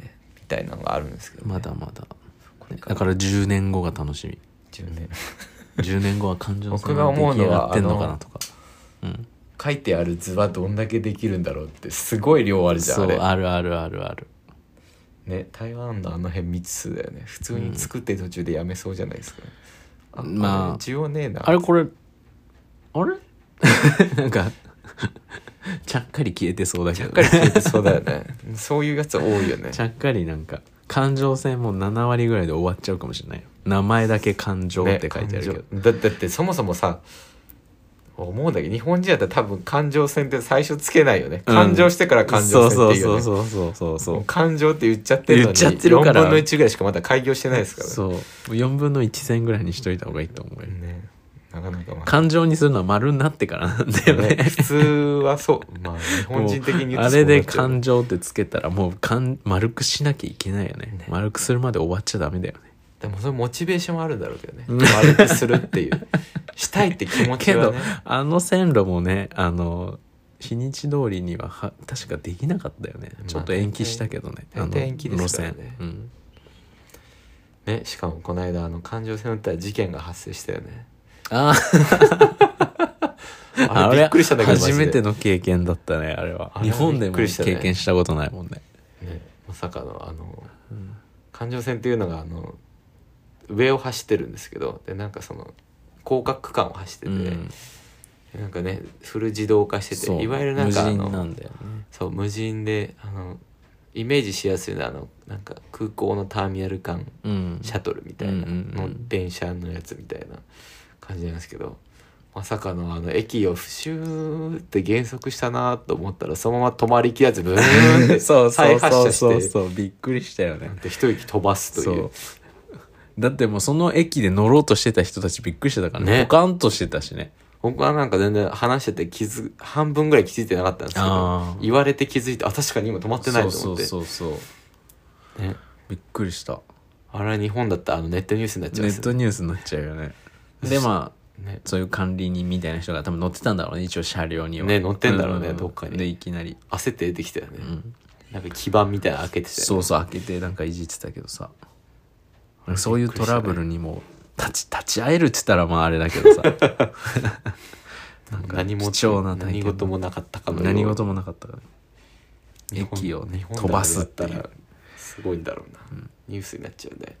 Speaker 1: みたいなのがあるんですけど、ね、
Speaker 2: まだまだ
Speaker 1: これから
Speaker 2: だから10年後が楽しみ
Speaker 1: 10年
Speaker 2: 10年後は感 情
Speaker 1: 僕が思うのは
Speaker 2: 出来上がってんのかなとかうん
Speaker 1: 書いてある図はどんだけできるんだろうってすごい量あるじゃん
Speaker 2: そ
Speaker 1: あ
Speaker 2: う
Speaker 1: れ
Speaker 2: あるあるあるある
Speaker 1: ね台湾のあの辺未知数だよね普通に作って途中でやめそうじゃないですか、あ
Speaker 2: まあ
Speaker 1: あれ需要ねえな
Speaker 2: あれこれあれ なんかちゃっかり消えてそうだけ
Speaker 1: ちゃっ
Speaker 2: ど
Speaker 1: かり消えてそうだよねそういうやつ多い よね
Speaker 2: ちゃっかりなんか感情線も7割ぐらいで終わっちゃうかもしれないよ名前だけ感情って書いてあるけど、
Speaker 1: ね感情だだってそもそもさ思うんだけど日本人やったら多分感情線って最初つけないよね、
Speaker 2: うん
Speaker 1: 感情してから感情線っていう
Speaker 2: そ
Speaker 1: よ
Speaker 2: う
Speaker 1: ね
Speaker 2: そうそうそうそうそう
Speaker 1: 感情って言っちゃってるの
Speaker 2: 言っ
Speaker 1: に
Speaker 2: ちゃってるから
Speaker 1: 4分の1ぐらいしかまだ開業してないですからね
Speaker 2: そう4分の1線ぐらいにしといた方がいいと思うよ、
Speaker 1: ねなかなかまあ
Speaker 2: 感情にするのは丸になってからなんだよね
Speaker 1: ね普通はそうまあ日本人的に言う
Speaker 2: もうあ
Speaker 1: とそう
Speaker 2: れ
Speaker 1: な
Speaker 2: で
Speaker 1: っちゃう
Speaker 2: 感情ってつけたらもうかん丸くしなきゃいけないよね
Speaker 1: ね
Speaker 2: 丸くするまで終わっちゃダメだよね
Speaker 1: でもそれモチベーションはあるんだろうけどね悪くするっていう したいって気持ち
Speaker 2: け
Speaker 1: は
Speaker 2: ど、
Speaker 1: ね
Speaker 2: あの線路もねあの日にち通りにはは確かできなかったよね
Speaker 1: まあ
Speaker 2: ちょっと延期したけどね、
Speaker 1: 大体
Speaker 2: あの
Speaker 1: 大体延期ですからね
Speaker 2: 路線うん
Speaker 1: ねしかもこの間あの環状線打ったら事件が発生したよね
Speaker 2: あー
Speaker 1: あれびっくりしたんだけど
Speaker 2: 初めて
Speaker 1: の、
Speaker 2: の経験だったねあれは
Speaker 1: あれ
Speaker 2: 日
Speaker 1: は
Speaker 2: 本
Speaker 1: び
Speaker 2: で
Speaker 1: っ
Speaker 2: も
Speaker 1: くりしたね
Speaker 2: 経験したことないもんね
Speaker 1: ね、まさかのあの環状線っていうのがあの上を走ってるんですけどでなんかその広角区間を走って
Speaker 2: う
Speaker 1: て、
Speaker 2: ん
Speaker 1: なんかねフル自動化して
Speaker 2: そう
Speaker 1: ていわゆるなんかあ
Speaker 2: 無
Speaker 1: の
Speaker 2: 人なんだよね
Speaker 1: そう無人であのイメージしやすいのはあのなんか空港のターミナル間
Speaker 2: うん
Speaker 1: シャトルみたいな
Speaker 2: うんうんう
Speaker 1: の
Speaker 2: ん
Speaker 1: 電車のやつみたいな感じなんですけどまさかのあの駅をシューって減速したなと思ったらそのまま止まりきらずブーンって
Speaker 2: そうそ
Speaker 1: 再
Speaker 2: う
Speaker 1: 発
Speaker 2: そ
Speaker 1: 車
Speaker 2: うそう
Speaker 1: して
Speaker 2: そうびっくりしたよね
Speaker 1: で一息飛ばすと
Speaker 2: そ
Speaker 1: いう
Speaker 2: うだってもうその駅で乗ろうとしてた人たちびっくりしてたからね
Speaker 1: ね
Speaker 2: ポカンとしてたしね
Speaker 1: 僕はなんか全然話してて気づ半分ぐらい気づいてなかったんですけ
Speaker 2: あ
Speaker 1: ど
Speaker 2: ー
Speaker 1: 言われて気づいてあ確かに今止まってないと思って
Speaker 2: そうそうそうそう
Speaker 1: ね、
Speaker 2: びっくりした
Speaker 1: あれは日本だったらあのネットニュースになっちゃうん
Speaker 2: ネ
Speaker 1: で
Speaker 2: ッ
Speaker 1: す
Speaker 2: ト
Speaker 1: よ
Speaker 2: ニュースになっちゃうよ ねでまあ
Speaker 1: ね
Speaker 2: そういう管理人みたいな人が多分乗ってたんだろうね一応車両には
Speaker 1: ね乗ってんだろうね
Speaker 2: う
Speaker 1: どっかに
Speaker 2: でいきなり
Speaker 1: 焦って出てきたよね、
Speaker 2: うん
Speaker 1: なんか基盤みたいなの開けてて、
Speaker 2: そうそう開けてなんかいじってたけどさそういうトラブルにも立ち立ち会えるって言ったら まああれだけどさなんか
Speaker 1: 何も
Speaker 2: 貴重な体験
Speaker 1: 何事もなかったかのよう
Speaker 2: 何事もなかったから
Speaker 1: 日本
Speaker 2: 駅をね
Speaker 1: 日本
Speaker 2: 飛ばすっていう
Speaker 1: だったらすごいんだろうな、ニュースになっちゃうね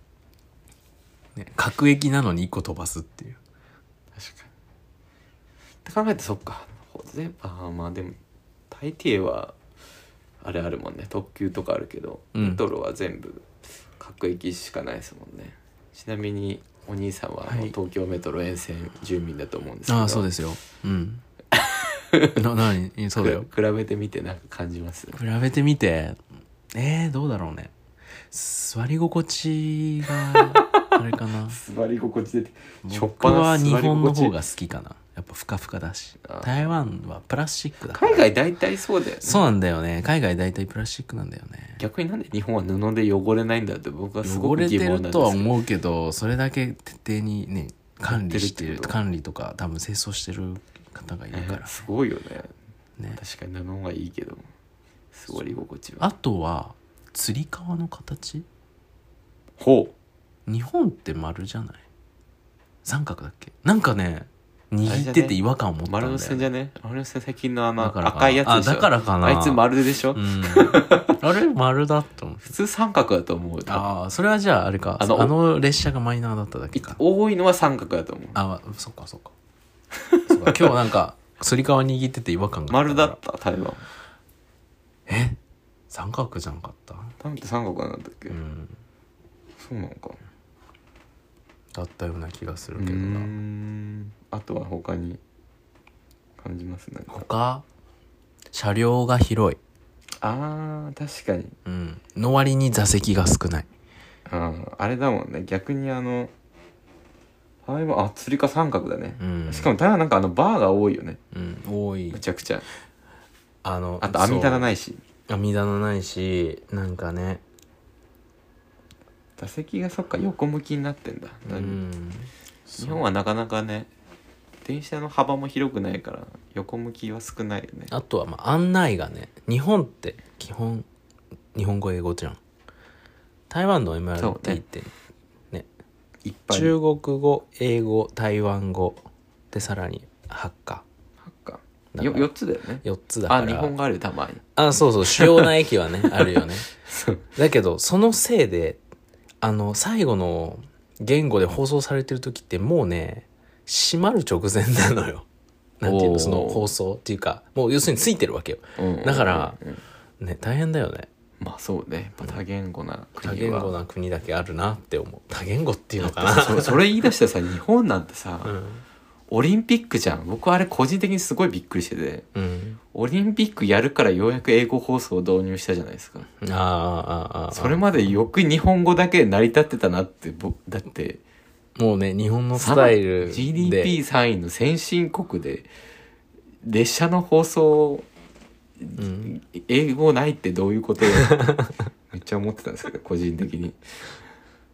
Speaker 2: ね各駅なのに1個飛ばすっていう
Speaker 1: 確かにって考えてそっか全部あーまあでも大抵はあれあるもんね特急とかあるけど、
Speaker 2: うん
Speaker 1: メトロは全部各駅しかないですもんねちなみにお兄さんはあの
Speaker 2: はい
Speaker 1: 東京メトロ沿線住民だと思うんですけど、
Speaker 2: ああそうですようん な何そうだよ
Speaker 1: く比べてみてなんか感じます
Speaker 2: 比べてみてえー、どうだろうね座り心地 があれかな
Speaker 1: 座り心地でしょっ
Speaker 2: 僕
Speaker 1: ぱ
Speaker 2: は
Speaker 1: な
Speaker 2: 日
Speaker 1: 座り
Speaker 2: 本の
Speaker 1: 心
Speaker 2: 方
Speaker 1: 地
Speaker 2: が好きかなやっぱふかふかだし
Speaker 1: あー
Speaker 2: 台湾はプラスチックだから
Speaker 1: 海外大体そうだよね
Speaker 2: そうなんだよね海外大体プラスチックなんだよね
Speaker 1: 逆になんで日本は布で汚れないんだって僕はすご
Speaker 2: 汚
Speaker 1: く
Speaker 2: れ
Speaker 1: 疑
Speaker 2: て
Speaker 1: 問なん
Speaker 2: る
Speaker 1: です
Speaker 2: とは
Speaker 1: けど
Speaker 2: 思うけどそれだけ徹底にね管理して
Speaker 1: や
Speaker 2: る
Speaker 1: ってるってこと
Speaker 2: 管理とか多分清掃してる方がいるか
Speaker 1: ね
Speaker 2: ら
Speaker 1: すごいよね
Speaker 2: ね
Speaker 1: 確かに布がいいけど座り心地は
Speaker 2: あとはつり革の形
Speaker 1: ほう
Speaker 2: 日本って丸じゃない三角だっけなんかね握ってて違和感を持ったんだ
Speaker 1: 丸
Speaker 2: よ、
Speaker 1: の線じゃね丸の線最近のあの
Speaker 2: だからかな
Speaker 1: 赤いやつでしょ
Speaker 2: あだからかな
Speaker 1: あいつ丸でしょ、
Speaker 2: うん、あれ丸だと思う
Speaker 1: 普通三角だと思う多分
Speaker 2: ああそれはじゃああれかあ
Speaker 1: あ
Speaker 2: の
Speaker 1: の
Speaker 2: 列車がマイナーだっただけか
Speaker 1: 多いのは三角だと思う
Speaker 2: あそっかそっかそっか今日なんかすり革握ってて違和感があ
Speaker 1: 丸
Speaker 2: った
Speaker 1: だ
Speaker 2: から
Speaker 1: った台湾
Speaker 2: え三角じゃなかった
Speaker 1: 台湾って三角なんだっけ、
Speaker 2: うん
Speaker 1: そうなのか
Speaker 2: だったような気がする
Speaker 1: う
Speaker 2: けど
Speaker 1: ー
Speaker 2: なん
Speaker 1: あとは他に感じますなんか
Speaker 2: 他車両が広い、
Speaker 1: あー確かに
Speaker 2: うん、の割に座席が少ない
Speaker 1: あーあれだもんね逆にあの台湾あ釣りか三角だね
Speaker 2: う、ん
Speaker 1: しかも台湾なんかあのバーが多いよね
Speaker 2: うん、多い
Speaker 1: むちゃくちゃ
Speaker 2: あの
Speaker 1: あと網棚
Speaker 2: い
Speaker 1: ないし
Speaker 2: 網棚ないしなんかね
Speaker 1: 座席がそっか横向きになってんだ、
Speaker 2: うん
Speaker 1: 日本はなかなかね電車の幅も広くないから横向きは少ないよね
Speaker 2: あとはまあ案内がね日本って基本日本語英語じゃん台湾の
Speaker 1: そう
Speaker 2: MRT
Speaker 1: ね
Speaker 2: って、
Speaker 1: いっぱい
Speaker 2: 中国語英語台湾語でさらに8か
Speaker 1: 八か
Speaker 2: だから
Speaker 1: よ4つだよね
Speaker 2: 4つだか
Speaker 1: あ
Speaker 2: ら
Speaker 1: 日本があるよたまに
Speaker 2: あそうそう主要な駅はね あるよね
Speaker 1: そう
Speaker 2: だけどそのせいであの最後の言語で放送されてる時ってもうね閉まる直前なのよなんていう
Speaker 1: お
Speaker 2: の
Speaker 1: ー
Speaker 2: その放送っていうかもう要するについてるわけよ
Speaker 1: うん
Speaker 2: だから
Speaker 1: うん
Speaker 2: ね大変だよね
Speaker 1: まあそうねやっぱ多言語な
Speaker 2: 多
Speaker 1: 国
Speaker 2: 言
Speaker 1: は
Speaker 2: 語な国だけあるなって思う多言語っていうのか
Speaker 1: だって
Speaker 2: な
Speaker 1: そそれ言い出したらさ日本なんてさ、
Speaker 2: うん、
Speaker 1: オリンピックじゃん僕あれ個人的にすごいびっくりしてて
Speaker 2: うん、
Speaker 1: オリンピックやるからようやく英語放送を導入したじゃないですか
Speaker 2: あーあーあーあー
Speaker 1: それまでよく日本語だけで成り立ってたなって僕だって
Speaker 2: もうね日本のスタイルで
Speaker 1: GDP3 位の先進国で列車の放送
Speaker 2: うん、
Speaker 1: 英語ないってどういう ことよめっちゃ思ってたんですけど個人的に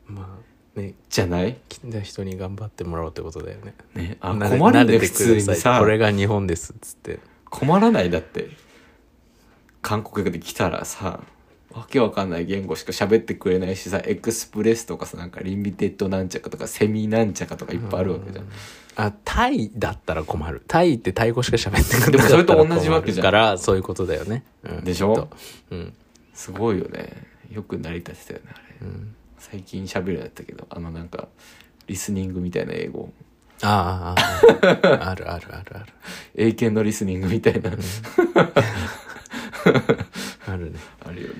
Speaker 2: まあね
Speaker 1: じゃない
Speaker 2: 来た人に頑張ってもらおうってことだよね
Speaker 1: ねあ
Speaker 2: な
Speaker 1: 困る
Speaker 2: 慣
Speaker 1: ね
Speaker 2: れて
Speaker 1: 普
Speaker 2: くださ
Speaker 1: 通
Speaker 2: い
Speaker 1: にさ
Speaker 2: これが日本ですっつって
Speaker 1: 困らないだって韓国で来たらさわけわかんない言語しか喋ってくれないしさエクスプレスとかさなんかリミテッドなんちゃかとかセミなんちゃかとかいっぱいあるわけじゃん
Speaker 2: あタイだったら困るタイってタイ語しか喋ってく
Speaker 1: で
Speaker 2: れな
Speaker 1: も
Speaker 2: い
Speaker 1: それと同じわけじゃん
Speaker 2: からそういうことだよね、うん
Speaker 1: でしょ
Speaker 2: きっとうん
Speaker 1: すごいよねよく成り立ってたよねあれ
Speaker 2: うん
Speaker 1: 最近喋るようになったけどあのなんかリスニングみたいな英語
Speaker 2: あーあーあー あるあるあるある
Speaker 1: 英検のリスニングみたいな
Speaker 2: あるね
Speaker 1: あるよね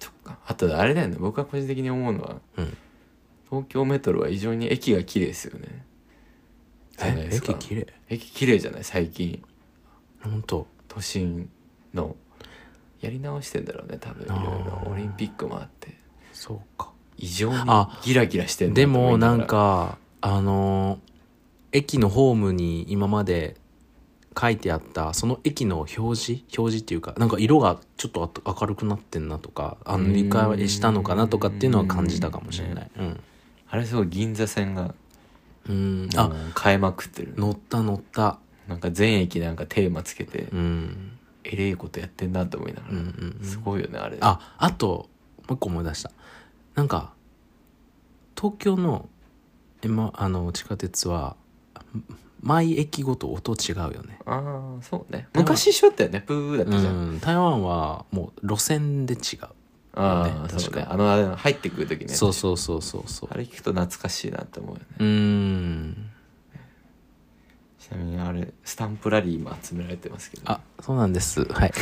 Speaker 1: そっかあとあれだよね僕が個人的に思うのは、
Speaker 2: うん
Speaker 1: 東京メトロは異常に駅が綺麗ですよねじゃない
Speaker 2: え
Speaker 1: ですか
Speaker 2: 駅綺麗
Speaker 1: 駅綺麗じゃない最近
Speaker 2: 本当
Speaker 1: 都心のやり直してんだろうね多分い
Speaker 2: あ
Speaker 1: ろ
Speaker 2: ー
Speaker 1: いろオリンピックもあって
Speaker 2: そうか
Speaker 1: 異常に
Speaker 2: あ
Speaker 1: ギラギラしてんだ
Speaker 2: でもな
Speaker 1: と思い
Speaker 2: んかあのー駅のホームに今まで書いてあったその駅の表示表示っていうかなんか色がちょっとあと明るくなってんなとかあの
Speaker 1: うーん
Speaker 2: 塗り替えしたのかなとかっていうのは感じたかもしれないうん
Speaker 1: ながらあれすごい銀座線が
Speaker 2: うん
Speaker 1: あ
Speaker 2: あ
Speaker 1: 変えまくってる
Speaker 2: 乗った乗った
Speaker 1: なんか全駅なんかテーマつけて
Speaker 2: うん
Speaker 1: えれえことやってんなと思いなが
Speaker 2: うん
Speaker 1: ら、
Speaker 2: うんうん
Speaker 1: すごいよねあれ
Speaker 2: ああともう一個思い出したなんか東京の今あの地下鉄は毎駅ごと音違うよね
Speaker 1: あーそうね昔一緒だったよねプーだっ
Speaker 2: う
Speaker 1: たじゃん、
Speaker 2: ん台湾はもう路線で違う、
Speaker 1: ああ
Speaker 2: ね
Speaker 1: そう
Speaker 2: 確
Speaker 1: ね
Speaker 2: か
Speaker 1: あのあの入ってくる時ね
Speaker 2: そうそうそうそうそう
Speaker 1: あれ聞くと懐かしいなって思うよね、
Speaker 2: うーん
Speaker 1: ちなみにあれスタンプラリーも集められてますけど
Speaker 2: あそうなんです はい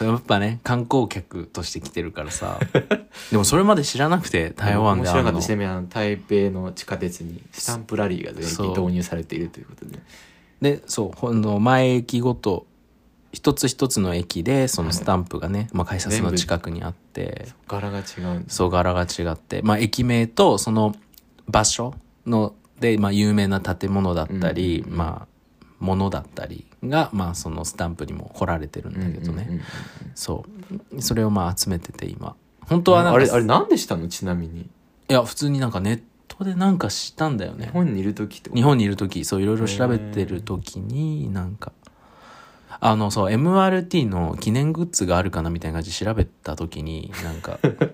Speaker 2: やっぱね観光客として来てるからさでもそれまで知らなくて台湾
Speaker 1: 面
Speaker 2: であ
Speaker 1: 白かっ
Speaker 2: の
Speaker 1: たちなみにあの台北の地下鉄にスタンプラリーが全
Speaker 2: そう
Speaker 1: 域導入されているということで
Speaker 2: でそうほんの前駅ごと一つ一つの駅でそのスタンプがね、まあ、改札の近くにあって
Speaker 1: 柄が違うんです
Speaker 2: そう柄が違って、まあ、駅名とその場所ので、まあ、有名な建物だったり、
Speaker 1: うん
Speaker 2: まあ物だったりが、まあ、そのスタンプにも彫られてるんだけどね、
Speaker 1: うんうんうん
Speaker 2: そうそれをまあ集めてて今本当はなんか
Speaker 1: あれあれなんでしたのちなみに
Speaker 2: いや普通になんかネットでなんかしたんだよね
Speaker 1: 日本にいる時ってこと
Speaker 2: 日本にいる時そういろいろ調べてる時になんかあのそう MRT の記念グッズがあるかなみたいな感じで調べた時になん か、うん、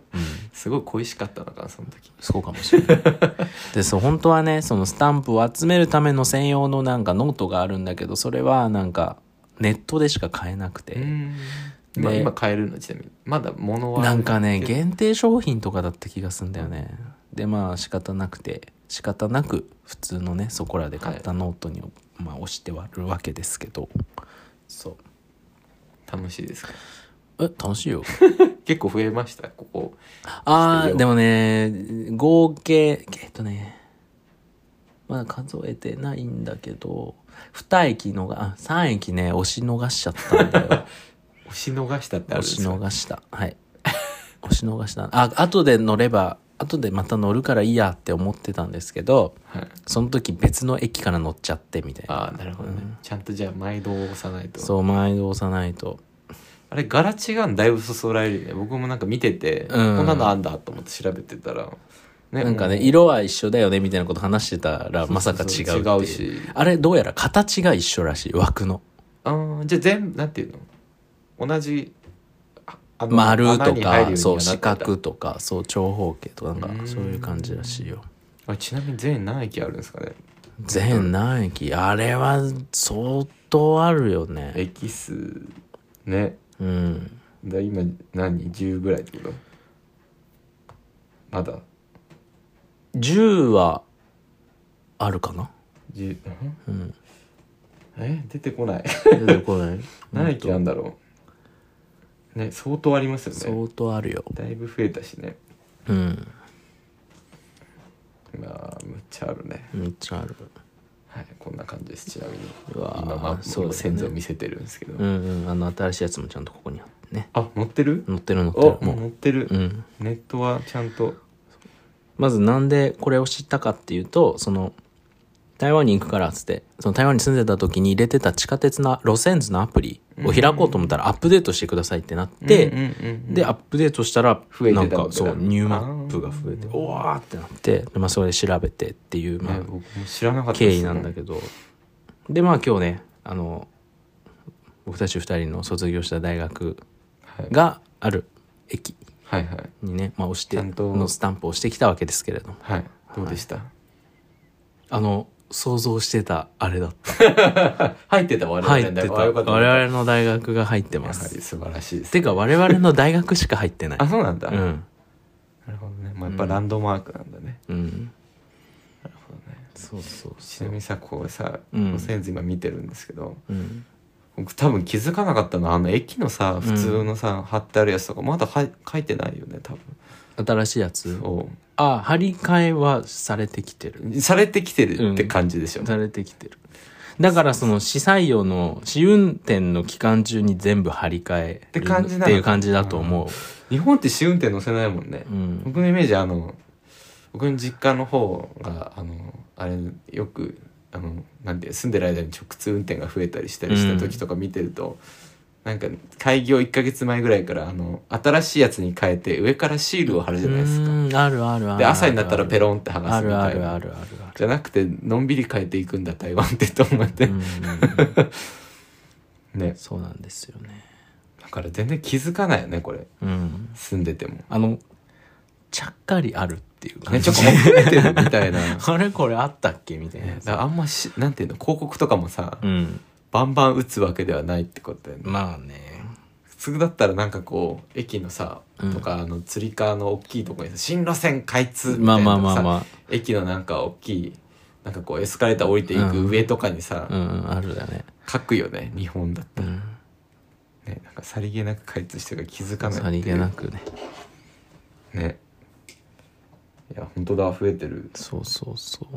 Speaker 1: すごい恋しかったのかなその時
Speaker 2: そうかもしれないでそう本当はねそのスタンプを集めるための専用のなんかノートがあるんだけどそれはなんかネットでしか買えなくて、
Speaker 1: まあ
Speaker 2: で
Speaker 1: 今買えるのちなみにまだ物はある
Speaker 2: なんかね限定商品とかだった気がするんだよねでまあ仕方なくて仕方なく普通のねそこらで買ったノートに、まあ、押してはるわけですけどそう
Speaker 1: 楽しいですか
Speaker 2: え楽しいよ
Speaker 1: 結構増えましたここ
Speaker 2: あ
Speaker 1: してる
Speaker 2: ー
Speaker 1: よ
Speaker 2: でもね合計えっとねまだ数えてないんだけど2駅のがあ3駅ね押し逃しちゃったんだ よ
Speaker 1: 押し逃したってあるん
Speaker 2: 押
Speaker 1: で
Speaker 2: し
Speaker 1: すか
Speaker 2: 逃したはい押し逃したあ後で乗れば後でまた乗るからいいやって思ってたんですけど
Speaker 1: はい、
Speaker 2: その時別の駅から乗っちゃってみたいな
Speaker 1: ああなるほどね、ちゃんとじゃあ毎度押さないと
Speaker 2: そう毎度押さないと
Speaker 1: あれ柄違うんだいぶそそられるよね僕もなんか見てて、
Speaker 2: うん
Speaker 1: こんなのあんだと思って調べてたら、ね
Speaker 2: なんかね
Speaker 1: もう
Speaker 2: 色は一緒だよねみたいなこと話してたらまさか違うっていう
Speaker 1: 違うし
Speaker 2: あれどうやら形が一緒らしい枠の
Speaker 1: あーじゃあ全部なんていうの同じああの
Speaker 2: 丸
Speaker 1: 穴
Speaker 2: と
Speaker 1: に入るようにはなって
Speaker 2: か
Speaker 1: た
Speaker 2: そう四角とかそう長方形とかなん
Speaker 1: う
Speaker 2: か
Speaker 1: ん
Speaker 2: そういう感じらしいよ
Speaker 1: あちなみに全何駅あるんですかね
Speaker 2: 全何駅あれは相当あるよね
Speaker 1: 駅数ね
Speaker 2: うん
Speaker 1: だ今何10ぐらいってことまだ
Speaker 2: 10はあるかな
Speaker 1: 10ん
Speaker 2: うん
Speaker 1: え出てこない
Speaker 2: 出てこない
Speaker 1: 何駅あんだろうね相当ありますよね
Speaker 2: 相当あるよ
Speaker 1: だいぶ増えたしね
Speaker 2: うん
Speaker 1: まあむっちゃあるね
Speaker 2: めっちゃある
Speaker 1: はいこんな感じですちなみに
Speaker 2: うわー
Speaker 1: 今まあ
Speaker 2: そうだね
Speaker 1: 先祖見せてるんですけど、
Speaker 2: うんうんあの新しいやつもちゃんとここにあってね
Speaker 1: あ乗ってる
Speaker 2: 載ってる載って
Speaker 1: お
Speaker 2: る
Speaker 1: もう
Speaker 2: も
Speaker 1: 乗ってる、
Speaker 2: ううん
Speaker 1: ネットはちゃんと
Speaker 2: まずなんでこれを知ったかっていうとその台湾に行くからっつってその台湾に住んでた時に入れてた地下鉄の路線図のアプリを開こうと思ったらアップデートしてくださいってなって、
Speaker 1: うんうんうん
Speaker 2: でアップデートしたら
Speaker 1: 増えてた
Speaker 2: な
Speaker 1: わ
Speaker 2: ん
Speaker 1: けだ
Speaker 2: かそうニューマップが増えておわーってなってで、まあ、それで調べてっていう、
Speaker 1: ね
Speaker 2: ま
Speaker 1: 僕
Speaker 2: あ、
Speaker 1: も知らなかった
Speaker 2: 経
Speaker 1: です
Speaker 2: 緯なんだけどでまあ今日ねあの僕たち2人の卒業した大学がある駅
Speaker 1: はいはい
Speaker 2: にね、まあ、押して
Speaker 1: ちゃんと
Speaker 2: のスタンプを押してきたわけですけれども。
Speaker 1: はいどうでした、
Speaker 2: あの想像してたあれだった
Speaker 1: 入ってた我々
Speaker 2: 入
Speaker 1: の
Speaker 2: って
Speaker 1: 大学あ
Speaker 2: た我
Speaker 1: よかったよかっ
Speaker 2: 々の大学が入って
Speaker 1: た
Speaker 2: ま
Speaker 1: やは
Speaker 2: す
Speaker 1: り素晴らしいです
Speaker 2: てか我々の大学しか入ってない
Speaker 1: あそうなんだ、
Speaker 2: う
Speaker 1: なる
Speaker 2: ん
Speaker 1: ほどね、まあ、やっぱランドマークなんだね、
Speaker 2: うんそうそう
Speaker 1: ち
Speaker 2: そ
Speaker 1: な
Speaker 2: う
Speaker 1: みにさこうさ
Speaker 2: うん
Speaker 1: 路線図今見てるんですけど、
Speaker 2: うん
Speaker 1: 僕多分気づかなかったのはあの駅のさ普通のさ、貼ってあるやつとかまだは書いてないよね多分
Speaker 2: 新しいやつ
Speaker 1: そ
Speaker 2: あ張り替えはされてきてる
Speaker 1: うされてきてるって感じでしょ、
Speaker 2: されてきてるだからその試採用の試運転の期間中に全部張り替え
Speaker 1: て
Speaker 2: る
Speaker 1: 感じなの
Speaker 2: っていう感じだと思う
Speaker 1: 日本って試運転乗せないもんね、
Speaker 2: うん
Speaker 1: 僕のイメージあの僕の実家の方があのあれよくあのなんて住んでる間に直通運転が増えたりしたりした時とか見てると、なんか開業1ヶ月前ぐらいからあの新しいやつに変えて上からシールを貼るじゃないですか、
Speaker 2: うんあるあるある
Speaker 1: で朝になったらペ
Speaker 2: ン
Speaker 1: ロンって剥が
Speaker 2: あ
Speaker 1: すみ
Speaker 2: る
Speaker 1: た
Speaker 2: あ
Speaker 1: い
Speaker 2: るあ
Speaker 1: な
Speaker 2: るあるある
Speaker 1: じゃなくてのんびり変えていくんだ台湾ってと思って、
Speaker 2: うんうんうん
Speaker 1: ね
Speaker 2: そうなんですよね
Speaker 1: だから全然気づかないよねこれ
Speaker 2: うん
Speaker 1: 住んでても
Speaker 2: あのちゃっかりあるっていう
Speaker 1: ね
Speaker 2: 感
Speaker 1: ち
Speaker 2: じ、
Speaker 1: ょっと遅れてるみたい な
Speaker 2: あれこれあったっけみたいな
Speaker 1: ねだからあんましなんていうの広告とかもさ、
Speaker 2: うん
Speaker 1: バンバン打つわけではないってことだよね
Speaker 2: まあね
Speaker 1: 普通だったらなんかこう駅のさ、
Speaker 2: うん
Speaker 1: とかあの釣り革の大きいとこにさ新路線開通みた
Speaker 2: ま
Speaker 1: い
Speaker 2: あ
Speaker 1: な
Speaker 2: まあ
Speaker 1: の
Speaker 2: ま
Speaker 1: が
Speaker 2: あ
Speaker 1: さ
Speaker 2: ま
Speaker 1: 駅のなんか大きいなんかこうエスカレーター降りていく上とかにさ、
Speaker 2: あうんうんあるだね
Speaker 1: 書くよね日本だっ
Speaker 2: う
Speaker 1: たら、
Speaker 2: ん
Speaker 1: ねなんかさりげなく開通してるから気づかない
Speaker 2: さりげなくね
Speaker 1: くねいや本当だ増えてる
Speaker 2: そうそうそう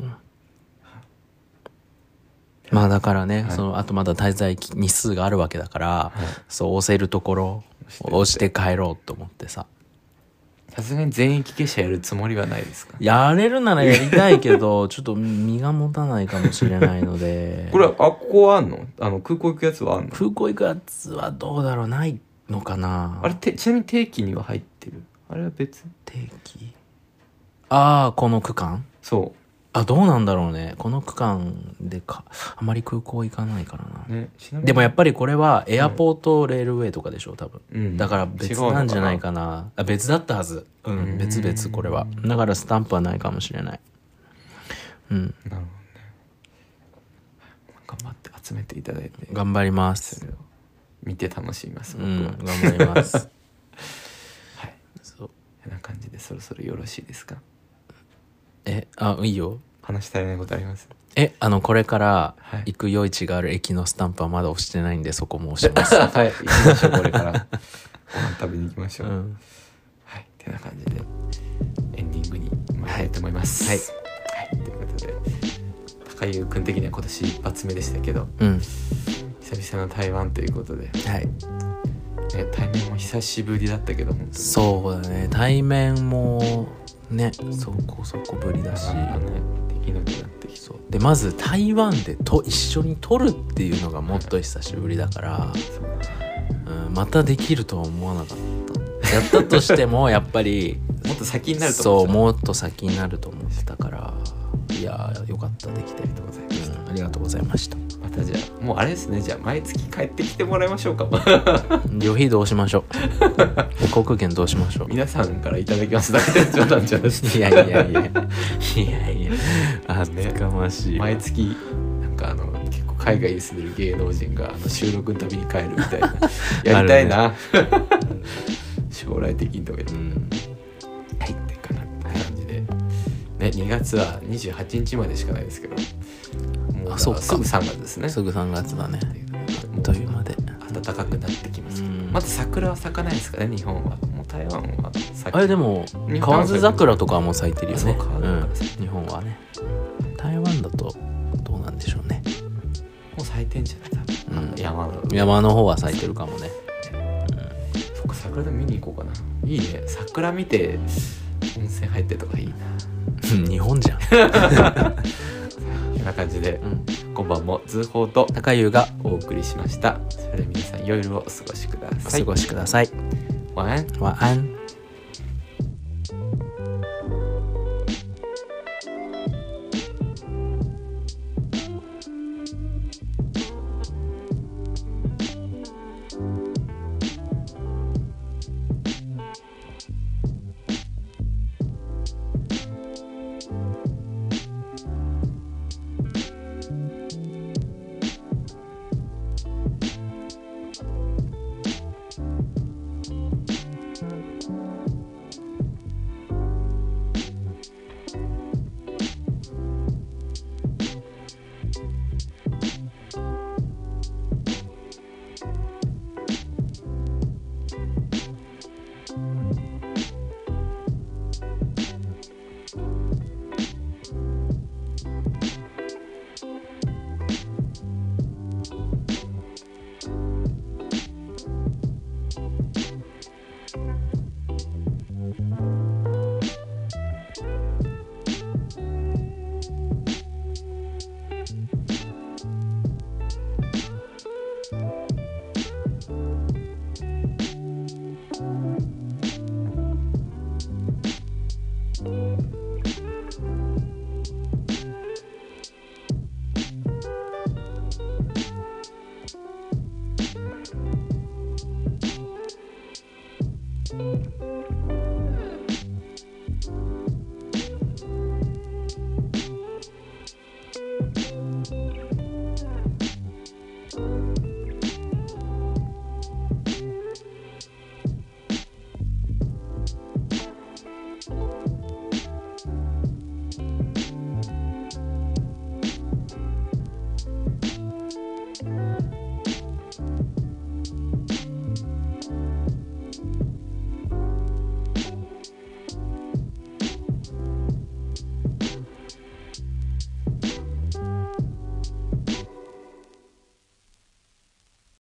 Speaker 2: まあだからね、
Speaker 1: はい
Speaker 2: そのあとまだ滞在期日数があるわけだから、そう押せるところ押して帰ろうと思ってさ
Speaker 1: さすがに全域下車やるつもりはないですか
Speaker 2: やれるならやりたいけど ちょっと身が持たないかもしれないので
Speaker 1: これあここはあんのあの空港行くやつはあんの
Speaker 2: 空港行くやつはどうだろうないのかな
Speaker 1: あれてちなみに定期には入ってるあれは別
Speaker 2: 定期ああこの区間
Speaker 1: そ
Speaker 2: あどうなんだろうねこの区間でかあまり空港行かないからな
Speaker 1: うねちなみに
Speaker 2: でもやっぱりこれはエアポートレールウェイとかでしょ多分、
Speaker 1: うん
Speaker 2: だから別なんじゃないかなあ別だったはずうん、
Speaker 1: ん
Speaker 2: 別々これはだからスタンプはないかもしれないうん
Speaker 1: なるほどね頑張って集めていただいて
Speaker 2: 頑張ります
Speaker 1: 見て楽しみます
Speaker 2: う
Speaker 1: 僕は、
Speaker 2: ん頑張ります
Speaker 1: はい
Speaker 2: そう
Speaker 1: こんな感じでそろそろよろしいですか
Speaker 2: えあいいよ
Speaker 1: 話し足りないことあります
Speaker 2: えあのこれから
Speaker 1: はい
Speaker 2: 行く夜市がある駅のスタンプはまだ押してないんでそこも押します、
Speaker 1: はい行きましょうこれからご飯食べに行きまし
Speaker 2: う
Speaker 1: ょう、
Speaker 2: ん、
Speaker 1: はいてな感じでエンディングに参りたいと思いますはい、ということで高優君的には今年一発目でしたけど
Speaker 2: うん、
Speaker 1: 久々の台湾ということで、ね、
Speaker 2: はい
Speaker 1: 対面も久しぶりだったけど本当に
Speaker 2: そうだね対面もねそこそこぶりだし、
Speaker 1: なんかねできなくなってき
Speaker 2: そうでまず台湾でと一緒に撮るっていうのがもっと久しぶりだから、
Speaker 1: そう
Speaker 2: うん、またできるとは思わなかったやったとしてもやっぱり
Speaker 1: もっと先になると
Speaker 2: そう
Speaker 1: う
Speaker 2: もっと先になると思ってたからいやーよかったできて、
Speaker 1: ありがとうございました
Speaker 2: うんありがとうございました
Speaker 1: またじゃあもうあれですねじゃあ毎月帰ってきてもらいましょうか
Speaker 2: 旅費どうしましょ う航空券どうしましょう
Speaker 1: 皆さんからいただきますだけで冗談じゃなし
Speaker 2: いやいやいやいやいや厚
Speaker 1: ね
Speaker 2: かましいわ
Speaker 1: 毎月なんかあの結構海外に住んでる芸能人があの収録のたびに帰るみたいなやりたいな、将来的にとか言って
Speaker 2: うん
Speaker 1: はいってかなって感じで、ね、2月は28日までしかないですけどもう
Speaker 2: あそうか
Speaker 1: すぐ3月ですね
Speaker 2: すぐ3月だねあっという間で
Speaker 1: 暖かくなってきますけど
Speaker 2: うん
Speaker 1: まだ桜は咲かないですかね日本はもう台湾は咲
Speaker 2: あれでも
Speaker 1: 日本
Speaker 2: 河津桜とかはもう咲いてるよ
Speaker 1: そう
Speaker 2: ね
Speaker 1: 河
Speaker 2: う
Speaker 1: 津桜
Speaker 2: ん
Speaker 1: 咲い、
Speaker 2: 日本はね台湾だとどうなんでしょうね
Speaker 1: もう咲いてんじゃない多分、
Speaker 2: うん
Speaker 1: 山の
Speaker 2: 山の方は咲いてるかもね
Speaker 1: そっか桜でも見に行こうかないいね桜見て温泉入ってとかいいな
Speaker 2: うん日本じゃん、
Speaker 1: こんな感じで今晩も通報と
Speaker 2: 高湯が
Speaker 1: お送りしましたそれでは皆さん夜をお過ごしくださ
Speaker 2: お過
Speaker 1: い
Speaker 2: ごしください、
Speaker 1: 晚安
Speaker 2: 晚安
Speaker 1: い